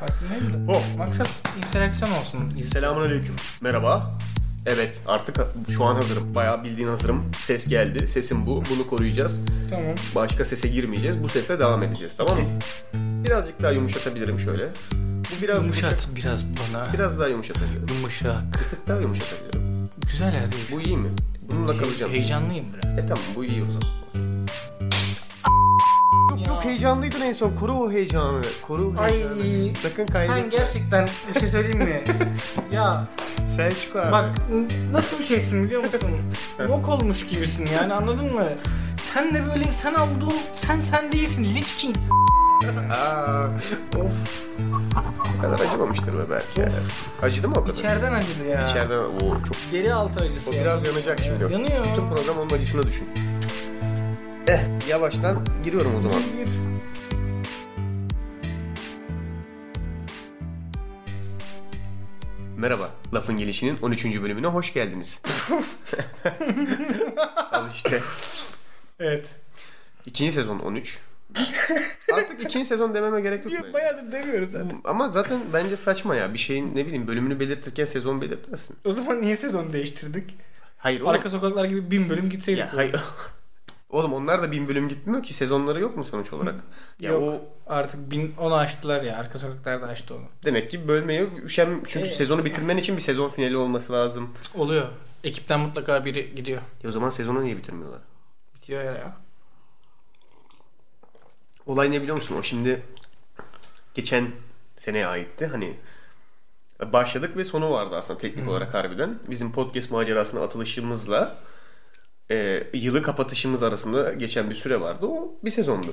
Farkındayım da. Hop. Maksat interaksiyon olsun. İz- Selamünaleyküm. Merhaba. Evet artık şu an hazırım. Bayağı bildiğin hazırım. Ses geldi. Sesim bu. Bunu koruyacağız. Tamam. Başka sese girmeyeceğiz. Bu sesle devam edeceğiz tamam mı? Birazcık daha yumuşatabilirim şöyle. Bu biraz yumuşak. Yumuşat biraz bana. Biraz daha yumuşatabilirim. Yumuşak. Bir tık daha yumuşatabilirim. Güzel ya değil. Bu iyi mi? Bununla kalacağım. Heyecanlıyım biraz. E tamam bu iyi o zaman. Yok yok heyecanlıydın en son. Koru o heyecanı. Koru o Ay. heyecanı. Sen Sakın kaybetme. gerçekten bir şey söyleyeyim mi? ya Selçuk abi. bak n- nasıl bir şeysin biliyor musun? Yok olmuş gibisin yani anladın mı? Sen de böyle sen olduğun sen sen değilsin. Lich King'sin. Aa, Of o kadar acımamıştır be belki. ya. Acıdı mı o kadar? içeriden acıdı ya. İçeriden o çok Deri altı acısı. O ya. biraz yanacak şimdi. Yanıyor. Bütün program onun acısını düşün. Eh yavaştan giriyorum o zaman. Bir- Merhaba. Lafın Gelişi'nin 13. bölümüne hoş geldiniz. Al işte. Evet. İkinci sezon 13. Artık ikinci sezon dememe gerek yok. bence. Bayağıdır demiyoruz zaten. Ama zaten bence saçma ya. Bir şeyin ne bileyim bölümünü belirtirken sezon belirtmezsin. O zaman niye sezonu değiştirdik? Hayır oğlum. Arka sokaklar gibi bin bölüm gitseydik. Ya, hayır. oğlum onlar da bin bölüm gitmiyor ki. Sezonları yok mu sonuç olarak? Ya Yok. o Artık bin onu açtılar ya. Arka sokaklar da açtı onu. Demek ki bölmeye üşen çünkü Evet. sezonu bitirmen için bir sezon finali olması lazım. Oluyor. Ekipten mutlaka biri gidiyor. E o zaman sezonu niye bitirmiyorlar? Bitiyor ya. Olay ne biliyor musun? O şimdi geçen seneye aitti. Hani e, başladık ve sonu vardı aslında teknik olarak harbiden. Bizim podcast macerasına atılışımızla e, yılı kapatışımız arasında geçen bir süre vardı. O bir sezondu.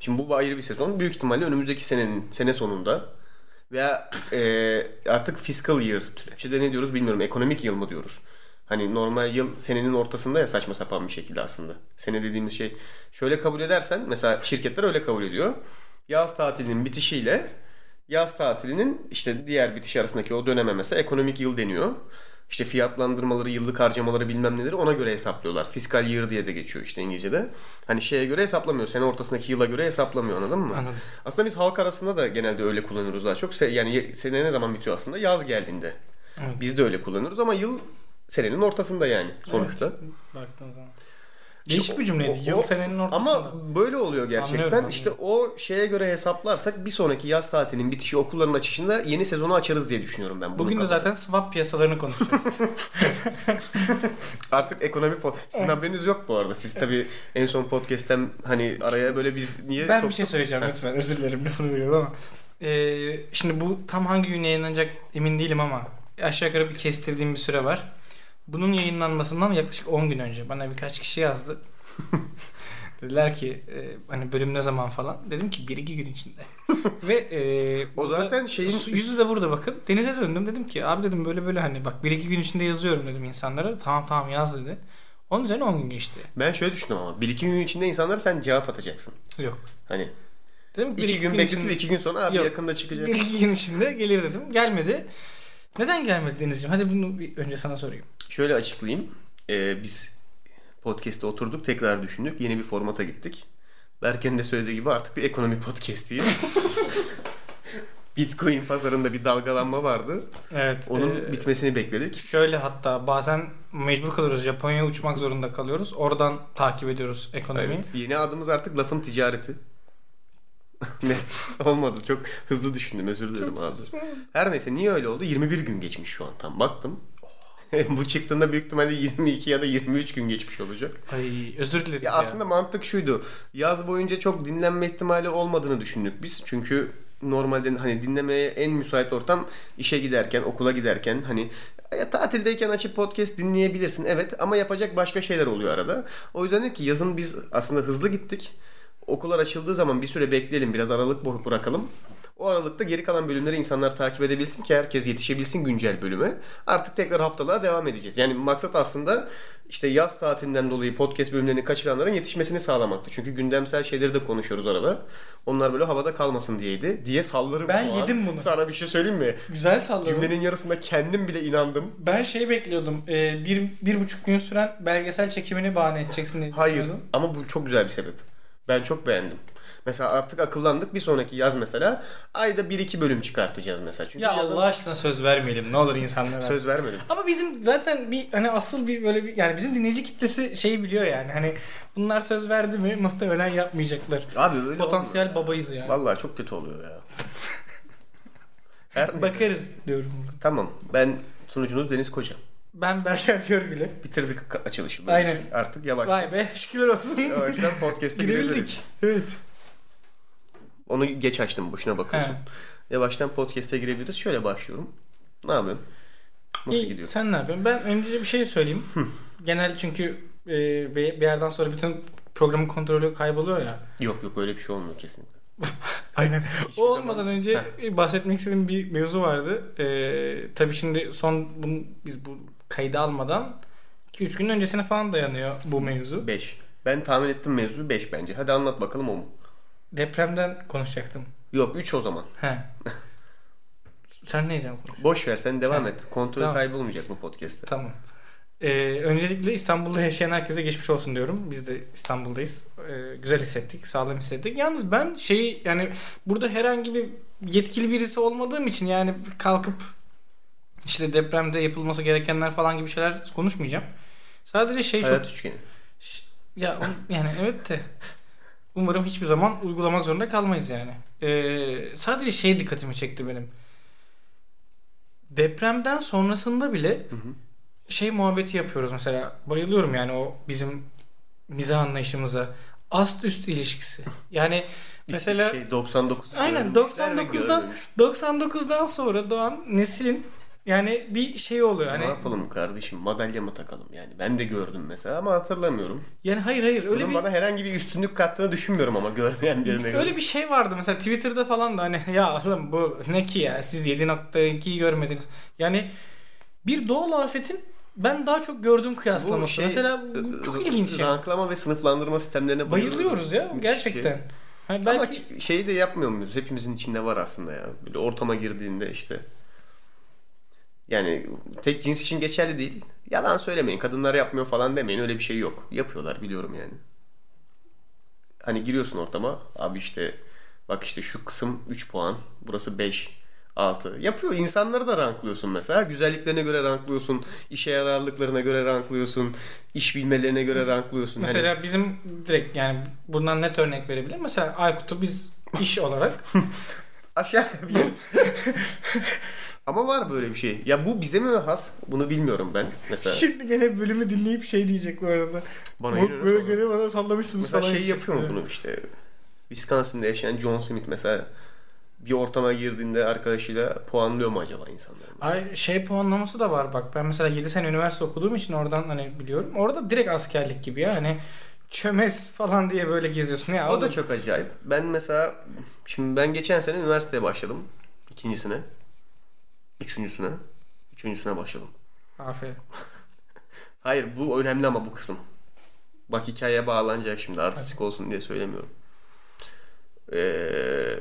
Şimdi bu ayrı bir sezon. Büyük ihtimalle önümüzdeki senenin sene sonunda veya e, artık fiscal year Türkçe'de ne diyoruz bilmiyorum. Ekonomik yıl mı diyoruz? Hani normal yıl senenin ortasında ya saçma sapan bir şekilde aslında. Sene dediğimiz şey şöyle kabul edersen mesela şirketler öyle kabul ediyor. Yaz tatilinin bitişiyle yaz tatilinin işte diğer bitiş arasındaki o döneme mesela ekonomik yıl deniyor. İşte fiyatlandırmaları, yıllık harcamaları bilmem neleri ona göre hesaplıyorlar. Fiskal year diye de geçiyor işte İngilizce'de. Hani şeye göre hesaplamıyor. Sene ortasındaki yıla göre hesaplamıyor anladın mı? Anladım. Aslında biz halk arasında da genelde öyle kullanıyoruz daha çok. Se- Yani ye- sene ne zaman bitiyor aslında? Yaz geldiğinde. Evet. Biz de öyle kullanıyoruz ama yıl senenin ortasında yani sonuçta. Baktığın zaman. İşte Değişik bir o- cümleydi. o- Yıl senenin ortasında. Ama böyle oluyor gerçekten. Anlıyorum, anlıyorum. İşte o şeye göre hesaplarsak bir sonraki yaz tatilinin bitişi okulların açışında yeni sezonu açarız diye düşünüyorum ben. Bunu Bugün de kafada. zaten swap piyasalarını konuşuyoruz. Artık ekonomi... po- Eh. Sizin haberiniz yok bu arada. Siz tabii en son podcast'ten hani araya böyle biz ben niye... bir soktuk? şey söyleyeceğim lütfen. Özür dilerim lafını biliyorum ama. Ee, şimdi bu tam hangi gün yayınlanacak emin değilim ama aşağı yukarı bir kestirdiğim bir süre var. Bunun yayınlanmasından yaklaşık 10 gün önce bana birkaç kişi yazdı. Dediler ki e, hani bölüm ne zaman falan. Dedim ki 1-2 gün içinde. Ve e, O burada- zaten şeyin... Su- Yüzü de burada bakın. Denize döndüm dedim ki abi dedim böyle böyle hani bak bir iki gün içinde yazıyorum dedim insanlara. Tamam tamam yaz dedi. Onun üzerine 10 gün geçti. Ben şöyle düşündüm ama. Bir iki gün içinde insanlara sen cevap atacaksın. Yok. Hani Dedim ki, iki gün bekletip içinde, iki gün sonra abi Yok. yakında çıkacak. bir iki gün içinde gelir dedim. Gelmedi. Neden gelmedi Denizciğim? Hadi bunu bir önce sana sorayım. Şöyle açıklayayım. Ee, biz podcast'te oturduk, tekrar düşündük. Yeni bir formata gittik. Berke'nin de söylediği gibi artık bir ekonomi podcastiyiz. Bitcoin pazarında bir dalgalanma vardı. Evet. Onun e, bitmesini bekledik. Şöyle hatta bazen mecbur kalıyoruz. Japonya'ya uçmak zorunda kalıyoruz. Oradan takip ediyoruz ekonomiyi. Evet. Yeni adımız artık lafın ticareti. ne? Olmadı. Çok hızlı düşündüm. Özür dilerim abi. Her neyse niye öyle oldu? 21 gün geçmiş şu an tam. Baktım. Bu çıktığında büyük ihtimalle 22 ya da 23 gün geçmiş olacak. Ay özür dileriz ya. Ya aslında mantık şuydu. Yaz boyunca çok dinlenme ihtimali olmadığını düşündük biz. Çünkü normalde hani dinlemeye en müsait ortam işe giderken, okula giderken hani ya tatildeyken açıp podcast dinleyebilirsin. Evet ama yapacak başka şeyler oluyor arada. O yüzden dedik ki yazın biz aslında hızlı gittik. Okullar açıldığı zaman bir süre bekleyelim. Biraz aralık bor- bırakalım. O aralıkta geri kalan bölümleri insanlar takip edebilsin ki herkes yetişebilsin güncel bölüme. Artık tekrar haftalığa devam edeceğiz. Yani maksat aslında işte yaz tatilinden dolayı podcast bölümlerini kaçıranların yetişmesini sağlamaktı. Çünkü gündemsel şeyleri de konuşuyoruz arada. Onlar böyle havada kalmasın diyeydi diye sallarım. Ben şu an. yedim bunu. Sana bir şey söyleyeyim mi? Güzel salladım. Cümlenin yarısında kendim bile inandım. Ben şey bekliyordum. e, bir, bir buçuk gün süren belgesel çekimini bahane edeceksin diye Hayır düşünüyordum. ama bu çok güzel bir sebep. Ben çok beğendim. Mesela artık akıllandık bir sonraki yaz mesela ayda 1-2 bölüm çıkartacağız mesela. Çünkü Ya yazın- Allah aşkına söz vermeyelim. Ne olur insanlara. söz vermedim. Ama bizim zaten bir hani asıl bir böyle bir yani bizim dinleyici kitlesi şeyi biliyor yani. Hani bunlar söz verdi mi muhtemelen yapmayacaklar. Abi öyle Potansiyel olmuyor ya. babayız yani. Vallahi çok kötü oluyor ya. Her neyse. Bakarız diyorum. Tamam. Ben sunucunuz Deniz Koca. Ben Berker Görgül'ü. Bitirdik ka- açılışı. Aynen. Artık yavaş. Vay be şükürler olsun. O yüzden podcast'e girebiliriz. Girebildik. Evet. Onu geç açtım boşuna bakıyorsun. He. Yavaştan podcast'e girebiliriz. Şöyle başlıyorum. Ne yapıyorsun? Nasıl İyi, gidiyor? Sen ne yapıyorsun? Ben önce bir şey söyleyeyim. Genel çünkü e, bir bir yerden sonra bütün programın kontrolü kayboluyor ya. Yok yok öyle bir şey olmuyor kesinlikle. Aynen. Hiçbir O olmadan zaman- önce bahsetmek istediğim bir mevzu vardı. Ee, tabii şimdi son bunu, biz bu kaydı almadan 2-3 gün öncesine falan dayanıyor bu mevzu. 5. Ben tahmin ettim mevzu 5 bence. Hadi anlat bakalım o mu? Depremden konuşacaktım. Yok 3 o zaman. He. Sen neyden konuş? Boş ver sen devam et. Kontrol Tamam. kaybolmayacak bu podcast'te. Tamam. Ee, öncelikle İstanbul'da yaşayan herkese geçmiş olsun diyorum. Biz de İstanbul'dayız. Ee, güzel hissettik, sağlam hissettik. Yalnız ben şeyi yani burada herhangi bir yetkili birisi olmadığım için yani kalkıp işte depremde yapılması gerekenler falan gibi şeyler konuşmayacağım. Sadece şey çok Hayat üçgeni. Ş- ya um- yani evet de umarım hiçbir zaman uygulamak zorunda kalmayız yani. Ee, sadece şey dikkatimi çekti benim. Depremden sonrasında bile Hı hı. şey muhabbeti yapıyoruz mesela. Bayılıyorum yani o bizim mizah anlayışımıza. Ast üst ilişkisi. Yani mesela şey 99 Aynen, görmüşler ve 99'dan görmemiş. 99'dan sonra doğan neslin yani bir şey oluyor. Hani, Ne yapalım kardeşim madalya mı takalım yani ben de gördüm mesela ama hatırlamıyorum. yani hayır hayır öyle Bunun bir bana herhangi bir üstünlük kattığını düşünmüyorum ama görmeyen birine göre. Öyle bir şey vardı mesela Twitter'da falan da hani ya oğlum bu ne ki ya siz 7.2'yi görmediniz. Yani bir doğal afetin ben daha çok gördüğüm Bu şey, e, kıyaslaması. mesela bu çok r- ilginç yani. Ranklama ve sınıflandırma sistemlerine bayılıyorum. Bayılıyoruz ya e, Müthiş gerçekten. şey. Hani Ama belki ki- şeyi de yapmıyor muyuz? Hepimizin içinde var aslında ya. Böyle ortama girdiğinde işte. Yani tek cins için geçerli değil. Yalan söylemeyin. Kadınlar yapmıyor falan demeyin. Öyle bir şey yok. Yapıyorlar biliyorum yani. Hani giriyorsun ortama. Abi işte bak işte şu kısım 3 puan. Burası 5. 6. Yapıyor. İnsanları da ranklıyorsun mesela. Güzelliklerine göre ranklıyorsun. işe yararlıklarına göre ranklıyorsun. iş bilmelerine göre ranklıyorsun. Hani- mesela bizim direkt yani bundan net örnek verebilir. Mesela Aykut'u biz iş olarak Aşağı bir Ama var böyle bir şey. Ya bu bize mi has? Bunu bilmiyorum ben mesela. şimdi gene bölümü dinleyip şey diyecek bu arada. Bana Bu- yürüyorum böyle falan. gene bana sallamışsınız Mesela şey diyecek. yapıyor mu bunu işte? Wisconsin'da yaşayan John Smith mesela bir ortama girdiğinde arkadaşıyla puanlıyor mu acaba insanları? Ay şey puanlaması da var bak. Ben mesela 7 sene üniversite okuduğum için oradan hani biliyorum. Orada direkt askerlik gibi ya. Hani çömez falan diye böyle geziyorsun. Ya O da oğlum, çok acayip. Ben mesela şimdi ben geçen sene üniversiteye başladım. ikincisine. Üçüncüsüne. Üçüncüsüne başladım. Aferin. Hayır bu önemli ama bu kısım. Bak hikayeye bağlanacak şimdi artistik olsun diye söylemiyorum. Ee,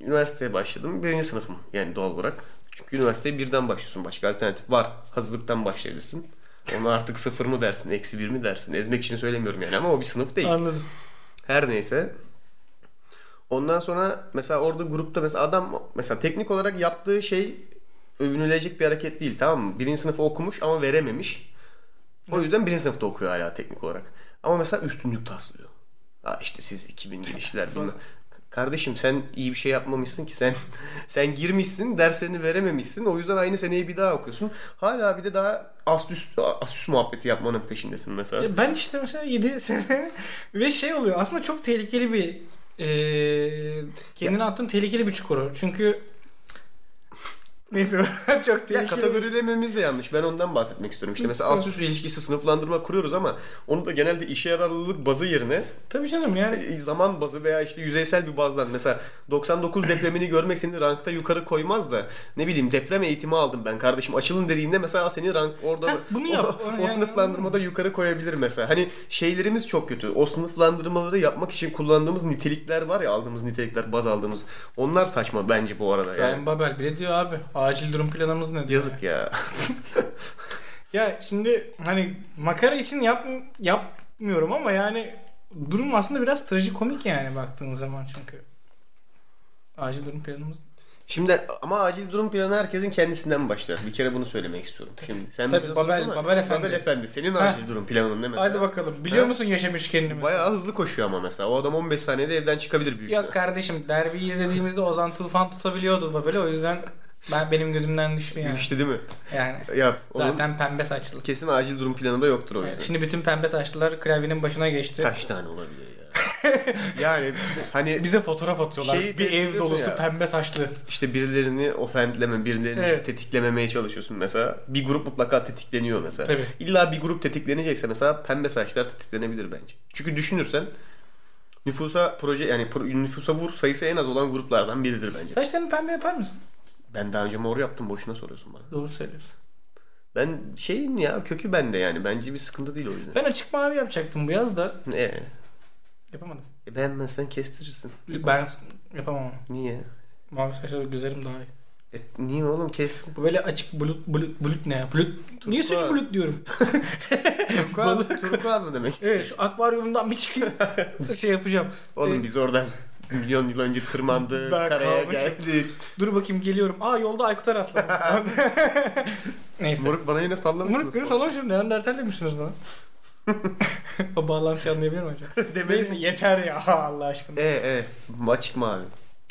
üniversiteye başladım. Birinci sınıfım yani doğal olarak. Çünkü üniversiteye birden başlıyorsun. Başka alternatif var. Hazırlıktan başlayabilirsin. Ona artık sıfır mı dersin, eksi bir mi dersin? Ezmek için söylemiyorum yani ama o bir sınıf değil. Anladım. Her neyse. Ondan sonra mesela orada grupta mesela adam mesela teknik olarak yaptığı şey övünülecek bir hareket değil tamam mı? Birinci sınıfı okumuş ama verememiş. O yüzden birinci sınıfta okuyor hala teknik olarak. Ama mesela üstünlük taslıyor. Aa işte siz 2000 girişler bilmem. Kardeşim sen iyi bir şey yapmamışsın ki sen sen girmişsin derslerini verememişsin o yüzden aynı seneyi bir daha okuyorsun. Hala bir de daha ast üst, ast üst muhabbeti yapmanın peşindesin mesela. Ya ben işte mesela 7 sene ve şey oluyor. Aslında çok tehlikeli bir eee kendine attığın tehlikeli bir çukur. o. Çünkü neyse çok Ya tehlikeli. kategorilememiz de yanlış. Ben ondan bahsetmek istiyorum. İşte mesela alt üst ilişkisi sınıflandırma kuruyoruz ama onu da genelde işe yararlılık bazı yerine Tabii canım yani. e, zaman bazı veya işte yüzeysel bir bazdan mesela 99 depremini görmek seni rankta yukarı koymaz da ne bileyim deprem eğitimi aldım ben kardeşim açılın dediğinde mesela seni rank orada Heh, bunu o, yap. o Yani- sınıflandırmada yukarı koyabilir mesela. Hani şeylerimiz çok kötü. O sınıflandırmaları yapmak için kullandığımız nitelikler var ya aldığımız nitelikler baz aldığımız. Onlar saçma bence bu arada yani. Ryan Babel bile diyor abi acil durum planımız ne diyor. Yazık ya. Ya şimdi hani makara için yap, yapmıyorum ama yani durum aslında biraz trajikomik yani baktığın zaman çünkü. Acil durum planımız. Şimdi ama acil durum planı herkesin kendisinden başlar. Bir kere bunu söylemek istiyorum. Şimdi sen Tabii, bize Babel- sordun ama- Babel Efendi. Babel Efendi senin Ha. acil durum planın ne mesela? Hadi bakalım. Biliyor Ha? musun yaşam üçgenini mesela? Bayağı hızlı koşuyor ama mesela. O adam 15 saniyede evden çıkabilir büyük Yok ihtimal. kardeşim derbiyi izlediğimizde Ozan Tufan tutabiliyordu babeli o yüzden ben benim gözümden düştü yani. İşte değil mi? Yani Ya onun zaten pembe saçlı. kesin acil durum planı da yoktur o yüzden. Evet, Şimdi bütün pembe saçlılar klavyenin başına geçti. Kaç tane olabilir ya? yani hani Bize fotoğraf atıyorlar. Şeyi bir ev tetikliyorsun dolusu ya. pembe saçlı. işte birilerini ofendleme, birilerini Evet. işte tetiklememeye çalışıyorsun mesela. Bir grup mutlaka tetikleniyor mesela. Tabii. İlla bir grup tetiklenecekse mesela pembe saçlar tetiklenebilir bence. Çünkü düşünürsen nüfusa proje yani pro- nüfusa vur sayısı en az olan gruplardan biridir bence. Saçlarını pembe yapar mısın? Ben daha önce mor yaptım boşuna soruyorsun bana. Doğru söylüyorsun. Ben şeyin ya kökü bende yani bence bir sıkıntı değil o yüzden. Ben açık mavi yapacaktım bu yaz da Ee, yapamadım. e beğenmezsen kestirirsin. Ben yapamam. onu. Niye? Mavi saçlı güzelim daha iyi. E, niye oğlum kestin? Bu böyle açık bulut bulut bulut ne ya? Bulut. Niye sürekli bulut diyorum? Turkuaz, turkuaz mı demek? Evet şu akvaryumdan bir çıkıyor. şey yapacağım. Oğlum Evet. biz oradan milyon yıl önce tırmandık, Ben karaya kalmışım. geldik. Dur bakayım geliyorum. Aa yolda Aykut'a rastladım. Neyse. Moruk bana yine sallamışsınız. Mırık kırı salam şimdi. Neandertal demişsiniz bana. o bağlantıyı anlayabilir miyim hocam? Neyse Demedim. yeter ya Allah aşkına. E e maçık mavi.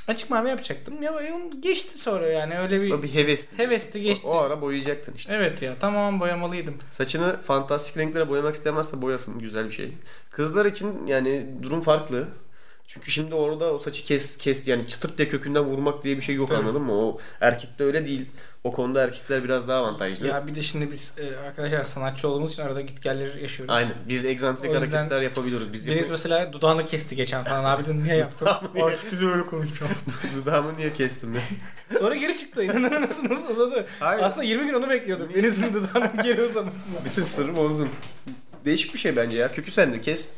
Açık mavi yapacaktım. Ya onu geçti sonra yani öyle bir O bir hevesti. hevesti geçti. O, o ara boyayacaktın işte. Evet ya tamamen boyamalıydım. Saçını fantastik renklere boyamak istemezse boyasın güzel bir şey. Kızlar için yani durum farklı. Çünkü şimdi orada o saçı kes kes yani çıtırt diye kökünden vurmak diye bir şey yok Tabii. anladın mı? O erkekte öyle değil. O konuda erkekler biraz daha avantajlı. Ya bir de şimdi biz e, arkadaşlar sanatçı olduğumuz için arada gitgelleri yaşıyoruz. Aynen. Biz egzantrik O yüzden- hareketler yapabiliyoruz. Biz Deniz mesela dudağını kesti geçen falan. Abi dedim niye yaptın? Artık bir de öyle konuşuyor. Dudağımı niye kestim ben? Sonra geri çıktı. İnanır mısınız? Uzadı. Hayır. Aslında 20 gün onu bekliyordum. Deniz'in dudağının geri uzamasını. Bütün sırrı bozdun. Değişik bir şey bence ya. Kökü sen de kes.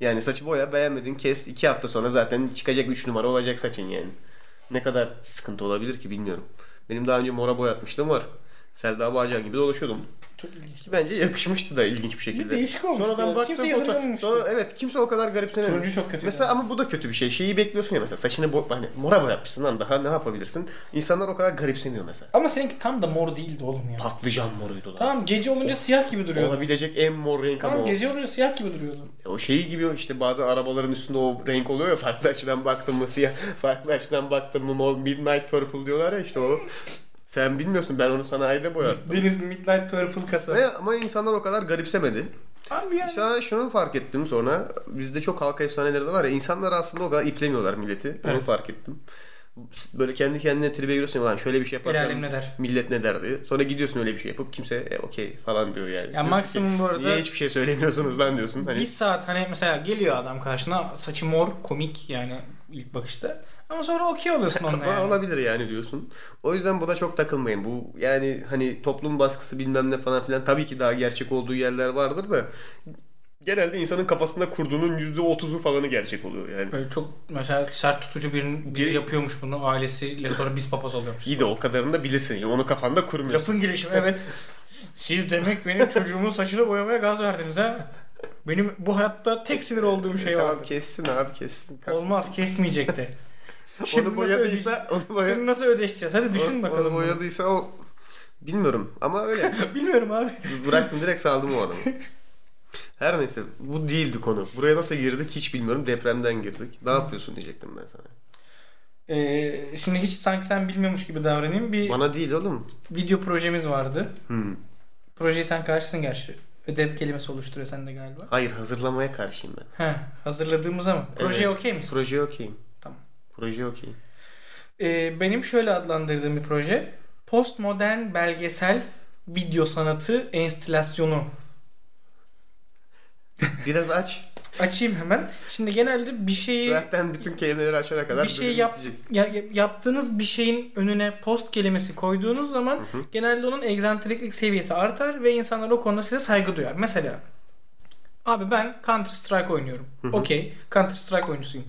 Yani saçı boya beğenmedin kes. iki hafta sonra zaten çıkacak 3 numara olacak saçın yani. Ne kadar sıkıntı olabilir ki bilmiyorum. Benim daha önce mora boyatmışlığım var. Selda Bağcan gibi dolaşıyordum. Çok ilginç. Ki bence yakışmıştı da ilginç bir şekilde. Bir değişik olmuş. Sonradan ya. baktım Kimse fotoğraf. yadırgamamıştı. Sonra evet kimse o kadar garipsemedi. Turuncu çok kötüydü. Mesela ama bu da kötü bir şey. Şeyi bekliyorsun ya mesela saçını bo- hani mora boyatmışsın lan daha ne yapabilirsin? İnsanlar o kadar garipsemiyor mesela. Ama seninki tam da mor değildi oğlum ya. Patlıcan moruydu lan. Tamam gece olunca siyah gibi duruyordu. Olabilecek en mor renk ama Tamam o. gece olunca siyah gibi duruyordu. E, O şeyi gibi işte bazı arabaların üstünde o renk oluyor ya farklı açıdan baktın mı siyah, farklı açıdan baktın mı mor, midnight purple diyorlar ya işte o. Sen bilmiyorsun ben onu sanayide boyattım. Deniz Midnight Purple kasa. Ve ama insanlar o kadar garipsemedi. Abi yani. İşte şunu fark ettim sonra bizde çok halka efsaneleri de var ya insanlar aslında o kadar iplemiyorlar milleti. Onu fark ettim. Böyle kendi kendine tribe giriyorsun lan şöyle bir şey El yaparsam alem ne der? millet ne derdi. Sonra gidiyorsun öyle bir şey yapıp kimse e, okey falan diyor yani. Diyorsun ki, maksimum bu arada- Niye şey hiçbir şey söylemiyorsunuz lan diyorsun. Hani... Bir saat hani mesela geliyor adam karşına saçı mor komik yani ilk bakışta. Ama sonra okey oluyorsun onunla Ama yani. olabilir yani diyorsun. O yüzden buna çok takılmayın. Bu yani hani toplum baskısı bilmem ne falan filan tabii ki daha gerçek olduğu yerler vardır da genelde insanın kafasında kurduğunun %30'u falanı gerçek oluyor yani. Böyle çok mesela sert tutucu birinin biri Biri- yapıyormuş bunu ailesiyle sonra biz papaz oluyormuş. İyi de o kadarını da bilirsin. Onu kafanda kurmuyorsun. Lafın girişimi evet. Siz demek benim çocuğumun saçını boyamaya gaz verdiniz ha. Benim bu hayatta tek sinir olduğum şey tamam vardı. kessin abi kessin. Kas- Olmaz kesmeyecekti. Onu boyadıysa onu boya- Seni nasıl ödeşeceğiz? Hadi düşün o- bakalım. Onu boyadıysa o bilmiyorum ama öyle. Bilmiyorum abi. Bıraktım direkt saldım o adamı. Her neyse bu değildi konu. Buraya nasıl girdik hiç bilmiyorum. Depremden girdik. Ne yapıyorsun diyecektim ben sana. Ee, şimdi hiç sanki sen bilmiyormuş gibi davranayım. Bir Bana değil oğlum. video projemiz vardı. Hmm. Projeyi sen karşısın gerçi. Ödev kelimesi oluşturuyor sende galiba. Hayır hazırlamaya karşıyım ben. He, hazırladığımız ama. Projeye Evet. okey misin? Proje okeyim. Tamam. Proje okeyim. Ee, benim şöyle adlandırdığım bir proje. Postmodern belgesel video sanatı enstalasyonu. Biraz aç. Açayım hemen. Şimdi genelde bir şeyi Zaten bütün kelimeleri açana kadar bir şey bölüm yap, bitecek. ya- ya- yaptığınız bir şeyin önüne post kelimesi koyduğunuz zaman genelde onun egzantriklik seviyesi artar ve insanlar o konuda size saygı duyar. Mesela abi ben Counter Strike oynuyorum. Okey. Counter Strike oyuncusuyum.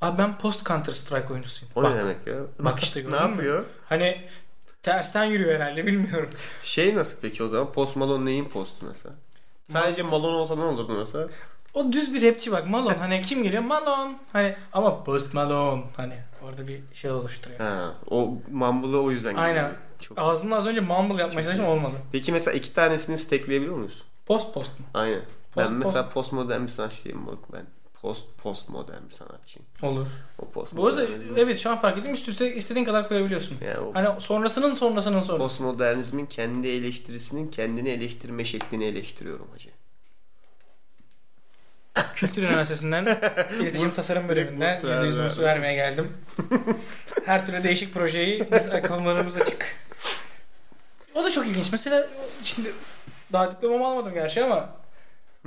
Abi ben post Counter Strike oyuncusuyum. O Bak, ne demek ya? bak işte ne gördün mü? yapıyor? Hani tersten yürüyor herhalde bilmiyorum. Şey nasıl peki o zaman? Post Malone neyin postu mesela? Sadece Malone olsa ne olurdu mesela? O düz bir rapçi bak Malone hani kim geliyor Malone hani ama Post Malone hani orada bir şey oluşturuyor. Ha, o mumble'ı o yüzden Aynen. geliyor. Çok. Ağzımdan az önce mumble yapmaya çalıştım olmadı. Peki mesela iki tanesini stackleyebiliyor muyuz? Post post mu? Aynen. Post- ben mesela postmodern bir sanatçıyım bak ben. Post postmodern bir sanatçıyım. Olur. O postmodern. Bu arada evet şu an fark ettim üst üste istediğin kadar koyabiliyorsun. Yani o Hani sonrasının sonrasının sonrası. postmodernizmin kendi eleştirisinin kendini eleştirme şeklini eleştiriyorum hacı. Kültür Üniversitesi'nden iletişim tasarım bölümünden burs ver- %100 burs ver. vermeye geldim. Her türlü değişik projeyi biz akıllarımız açık. O da çok ilginç. Mesela şimdi daha diplomamı almadım gerçi ama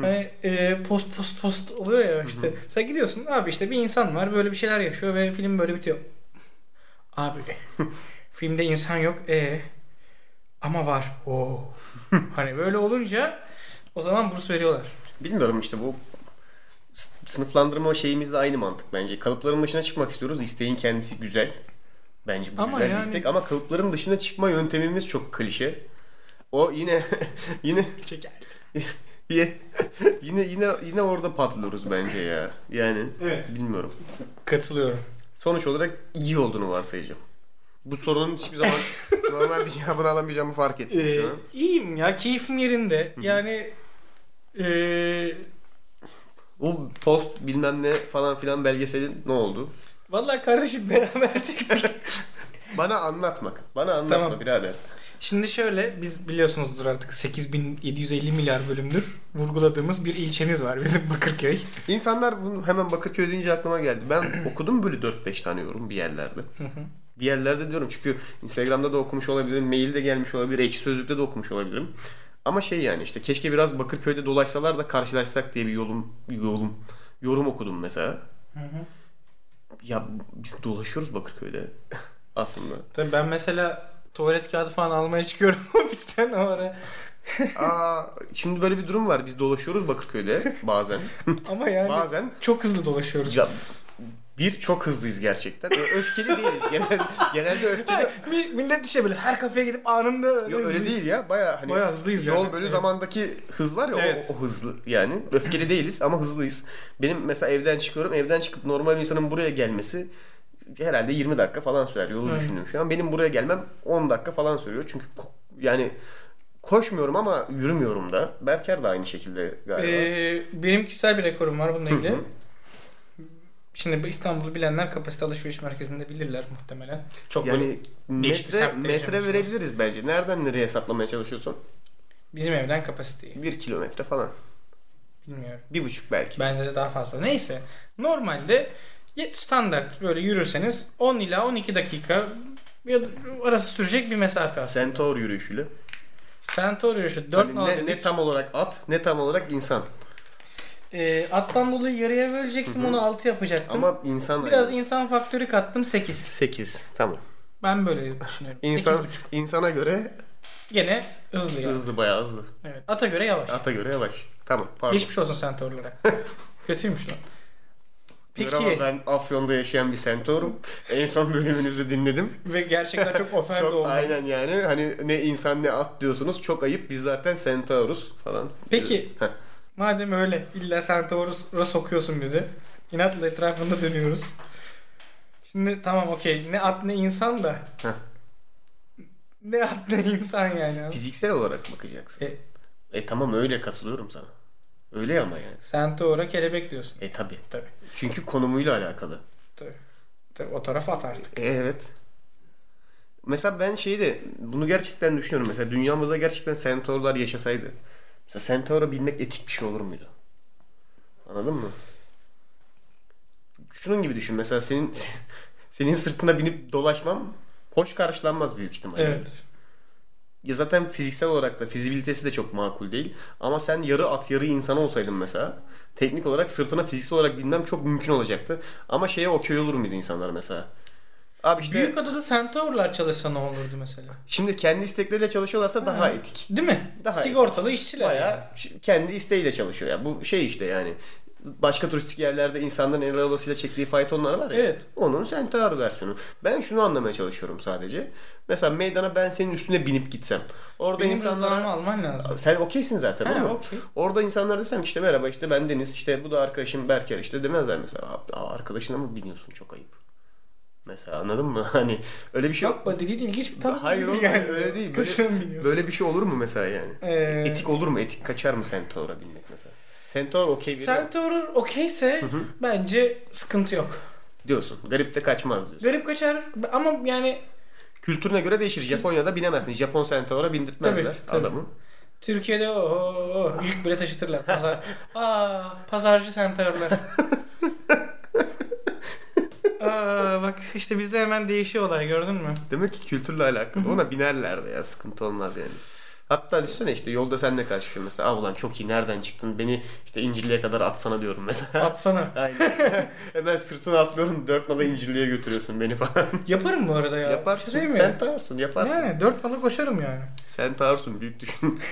hani e, post post post oluyor ya işte. Mesela gidiyorsun abi işte bir insan var böyle bir şeyler yaşıyor ve film böyle bitiyor. Abi filmde insan yok. E ama var. Oo. hani böyle olunca o zaman burs veriyorlar. Bilmiyorum işte bu s- sınıflandırma şeyimizde aynı mantık bence. Kalıpların dışına çıkmak istiyoruz. İsteğin kendisi güzel. Bence bu Ama güzel yani- bir istek ama kalıpların dışına çıkma yöntemimiz çok klişe. O yine yine yine yine yine orada patlıyoruz bence ya. Yani Evet. bilmiyorum. Katılıyorum. Sonuç olarak iyi olduğunu varsayacağım. Bu sorunun hiçbir zaman normal bir cevabını alamayacağımı fark ettim Ee, şu an. iyiyim ya keyfim yerinde. Yani e, eee Bu post bilmem ne falan filan belgeselin ne oldu? vallahi kardeşim beraber çıktık. Bana anlatmak. Bana anlatma Tamam. birader. Şimdi şöyle biz biliyorsunuzdur artık 8750 milyar bölümdür vurguladığımız bir ilçemiz var bizim Bakırköy. İnsanlar bunu hemen Bakırköy deyince aklıma geldi. Ben okudum böyle 4-5 tane yorum bir yerlerde. bir yerlerde diyorum çünkü Instagram'da da okumuş olabilirim, mailde gelmiş olabilir, ekşi sözlükte de okumuş olabilirim. Ama şey yani işte keşke biraz Bakırköy'de dolaşsalar da karşılaşsak diye bir yolum yolum yorum okudum mesela. Ya biz dolaşıyoruz Bakırköy'de aslında. Tabii ben mesela tuvalet kağıdı falan almaya çıkıyorum ofisten o ara. Aa, şimdi böyle bir durum var. Biz dolaşıyoruz Bakırköy'de bazen. Ama yani bazen çok hızlı dolaşıyoruz. Ya, bir çok hızlıyız gerçekten. Ö- Öfkeli değiliz. Genel, genelde öfkeli. Mi- Millet işte böyle her kafeye gidip anında Yo, öyle hızlı- değil ya. Baya hani Bayağı hızlıyız yol yani. bölü Evet. zamandaki hız var ya o- Evet. o, hızlı yani. Öfkeli değiliz ama hızlıyız. Benim mesela evden çıkıyorum. Evden çıkıp normal insanın buraya gelmesi herhalde 20 dakika falan sürer. Yolu Evet. düşündüm şu an. Benim buraya gelmem 10 dakika falan sürüyor. Çünkü ko- yani koşmuyorum ama yürümüyorum da. Berker de aynı şekilde galiba. Ee, benim kişisel bir rekorum var bununla Hı ilgili. hı. Şimdi bu İstanbul'u bilenler kapasite alışveriş merkezinde bilirler muhtemelen. Çok böyle yani değişik bir metre, semtte metre yaşıyoruz. verebiliriz bence. Nereden nereye hesaplamaya çalışıyorsun? bizim evden kapasiteyi. 1 kilometre falan. Bilmiyorum. Bir buçuk belki. Bence de daha fazla. Neyse. Normalde ye- standart böyle yürürseniz 10 ila 12 dakika ya da arası sürecek bir mesafe aslında. Centaur yürüyüşüyle. Centaur yürüyüşü 4 Hani ne, ne tam olarak at ne tam olarak insan. Ee, attan dolayı yarıya bölecektim Hı hı. onu 6 yapacaktım. Ama insan E, Biraz insan faktörü kattım 8. 8 tamam. Ben böyle düşünüyorum. İnsan 8,5. insana göre Gene hızlı yani. hızlı bayağı hızlı. Evet. Ata göre yavaş. Ata göre yavaş. Tamam pardon. Geçmiş olsun centaurlara. Kötüymüş lan. Diyor ama Peki ben Afyon'da yaşayan bir sentaurum. en son bölümünüzü dinledim. ve gerçekten çok ofende Çok oldu. aynen yani hani ne insan ne at diyorsunuz. Çok ayıp biz zaten centauruz falan. Peki. Heh. Madem öyle illa centaura sokuyorsun bizi. İnatla etrafında dönüyoruz. Şimdi tamam okey ne at ne insan da. Heh. ne at ne insan yani. Fiziksel olarak bakacaksın. E, E tamam öyle katılıyorum sana. Öyle ama yani. centaura kelebek diyorsun. E tabi. Tabii. Çünkü konumuyla alakalı. Tabii. Tabii, o taraf at artık. E, Evet. Mesela ben şeyi de bunu gerçekten düşünüyorum. Mesela dünyamızda gerçekten centaurlar yaşasaydı. Mesela centaura bilmek etik bir şey olur muydu? Anladın mı? Şunun gibi düşün. Mesela senin senin sırtına binip dolaşmam hoş karşılanmaz büyük ihtimalle. Evet. Ya zaten fiziksel olarak da fizibilitesi de çok makul değil. Ama sen yarı at yarı insan olsaydın mesela teknik olarak sırtına fiziksel olarak binmem çok mümkün olacaktı. Ama şeye okey olur muydu insanlar mesela? Abi işte Büyük adada centaurlar çalışsa ne olurdu mesela? Şimdi kendi istekleriyle çalışıyorlarsa daha etik. Değil mi? Daha Sigortalı işçiler. yani. Bayağı ş- kendi isteğiyle çalışıyor. ya bu şey işte yani başka turistik yerlerde insanların el arabasıyla çektiği faytonlar var ya. Evet. Onun sentrar versiyonu. Ben şunu anlamaya çalışıyorum sadece. Mesela meydana ben senin üstüne binip gitsem. Orada Benim insanlara... insanlara... alman lazım. Sen okeysin zaten Ha, oğlum. okey. Orada insanlar desem ki işte merhaba işte ben Deniz işte bu da arkadaşım Berker işte demezler mesela. "Abi, aa, Arkadaşına mı biniyorsun çok ayıp. Mesela anladın mı? Hani öyle bir şey yok. Yapma dediğin ilginç bir tat. Hayır oğlum, öyle değil. Böyle- Kaçtan biliyorsun. Böyle bir şey olur mu mesela yani? Ee, Etik olur mu? Etik kaçar mı Centaur'a binmek mesela? Centaur okey biri Centaur okeyse bence sıkıntı yok. diyorsun. Garip de kaçmaz diyorsun. Garip kaçar ama yani Kültürüne göre değişir. Japonya'da binemezsin. Japon Centaur'a bindirtmezler Tabii, tabii. adamı. Türkiye'de o, o, o yük bile taşıtırlar. Pazar. Aa, pazarcı centaurlar. Aa, bak işte bizde hemen değişiyor olay gördün mü? Demek ki kültürle alakalı. Ona binerler de ya sıkıntı olmaz yani. Hatta düşünsene işte yolda seninle karşılaşıyor mesela. Aa ulan çok iyi nereden çıktın beni işte İncirli'ye kadar atsana diyorum mesela. Atsana. Aynen. Hemen sırtına atlıyorum dört nala İncirli'ye götürüyorsun beni falan. Yaparım bu arada ya. yaparsın. Bir şey diyeyim mi? Sen tayarsın yaparsın. Yani dört nala koşarım yani. Sen tayarsın büyük düşün.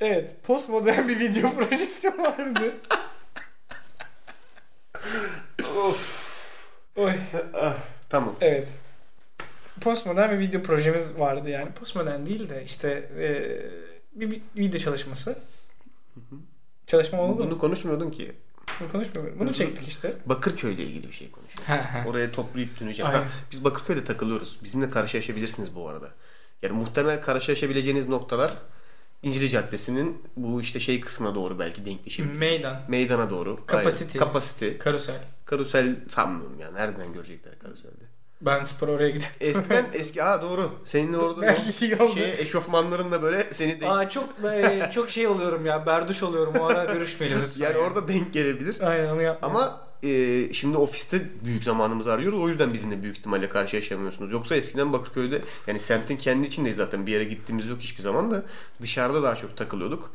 Evet postmodern bir video projesi vardı. of. Oy Tamam. evet. Postmodern bir video projemiz vardı yani. Postmodern değil de işte eee, bir, bir video çalışması. Çalışma oldu mu? Bunu konuşmuyordun ki. Bunu konuşmuyoruz. Bunu çektik işte. Bakırköy'le ilgili bir şey konuşuyorsun. Oraya toplayıp döneceğim. Aynen. Ha, biz Bakırköy'de takılıyoruz. Bizimle karşılaşabilirsiniz bu arada. Yani muhtemel karşılaşabileceğiniz noktalar İncili Caddesi'nin bu işte şey kısmına doğru belki denkleşebilir. Meydan. Meydana doğru. Hmm. Kapasite. Aynen. Kapasite. Karusel. Karusel sanmıyorum yani. Nereden görecekler karuselde? Ben spor oraya gidiyorum. Eskiden eski... Ha doğru. Senin orada Belki iyi oldu. şey, eşofmanlarınla böyle seni denk... Aa çok e, çok şey oluyorum ya. Berduş oluyorum. O ara görüşmeyelim lütfen. yani orada denk gelebilir. Aynen onu yapma. Ama e, şimdi ofiste büyük zamanımızı arıyoruz. O yüzden bizimle büyük ihtimalle karşılaşamıyorsunuz. Yoksa eskiden Bakırköy'de yani semtin kendi içindeyiz zaten. Bir yere gittiğimiz yok hiçbir zaman da dışarıda daha çok takılıyorduk.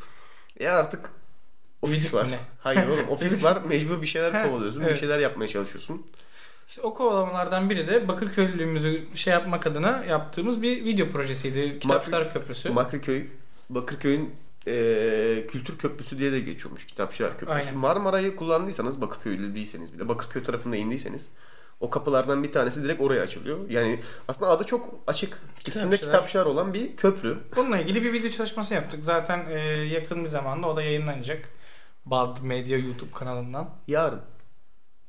E artık ofis Vücut var. mu ne? Hayır oğlum ofis var. Mecbur bir şeyler Ha, kovalıyorsun. Bir evet. şeyler yapmaya çalışıyorsun. İşte o kovalamalardan biri de Bakırköylülüğümüzü şey yapmak adına yaptığımız bir video projesiydi. Kitapçılar Köprüsü. Bakırköy Bakırköy'ün e, kültür köprüsü diye de geçiyormuş. Kitapçılar Köprüsü. Aynen. Marmara'yı kullandıysanız Bakırköy'lüyseniz bile Bakırköy tarafında indiyseniz o kapılardan bir tanesi direkt oraya açılıyor. Yani aslında adı çok açık. Üstünde Kitapçılar. kitapçılar olan bir köprü. Bununla ilgili bir video çalışması yaptık. Zaten e, yakın bir zamanda o da yayınlanacak. Bald Media YouTube kanalından. Yarın.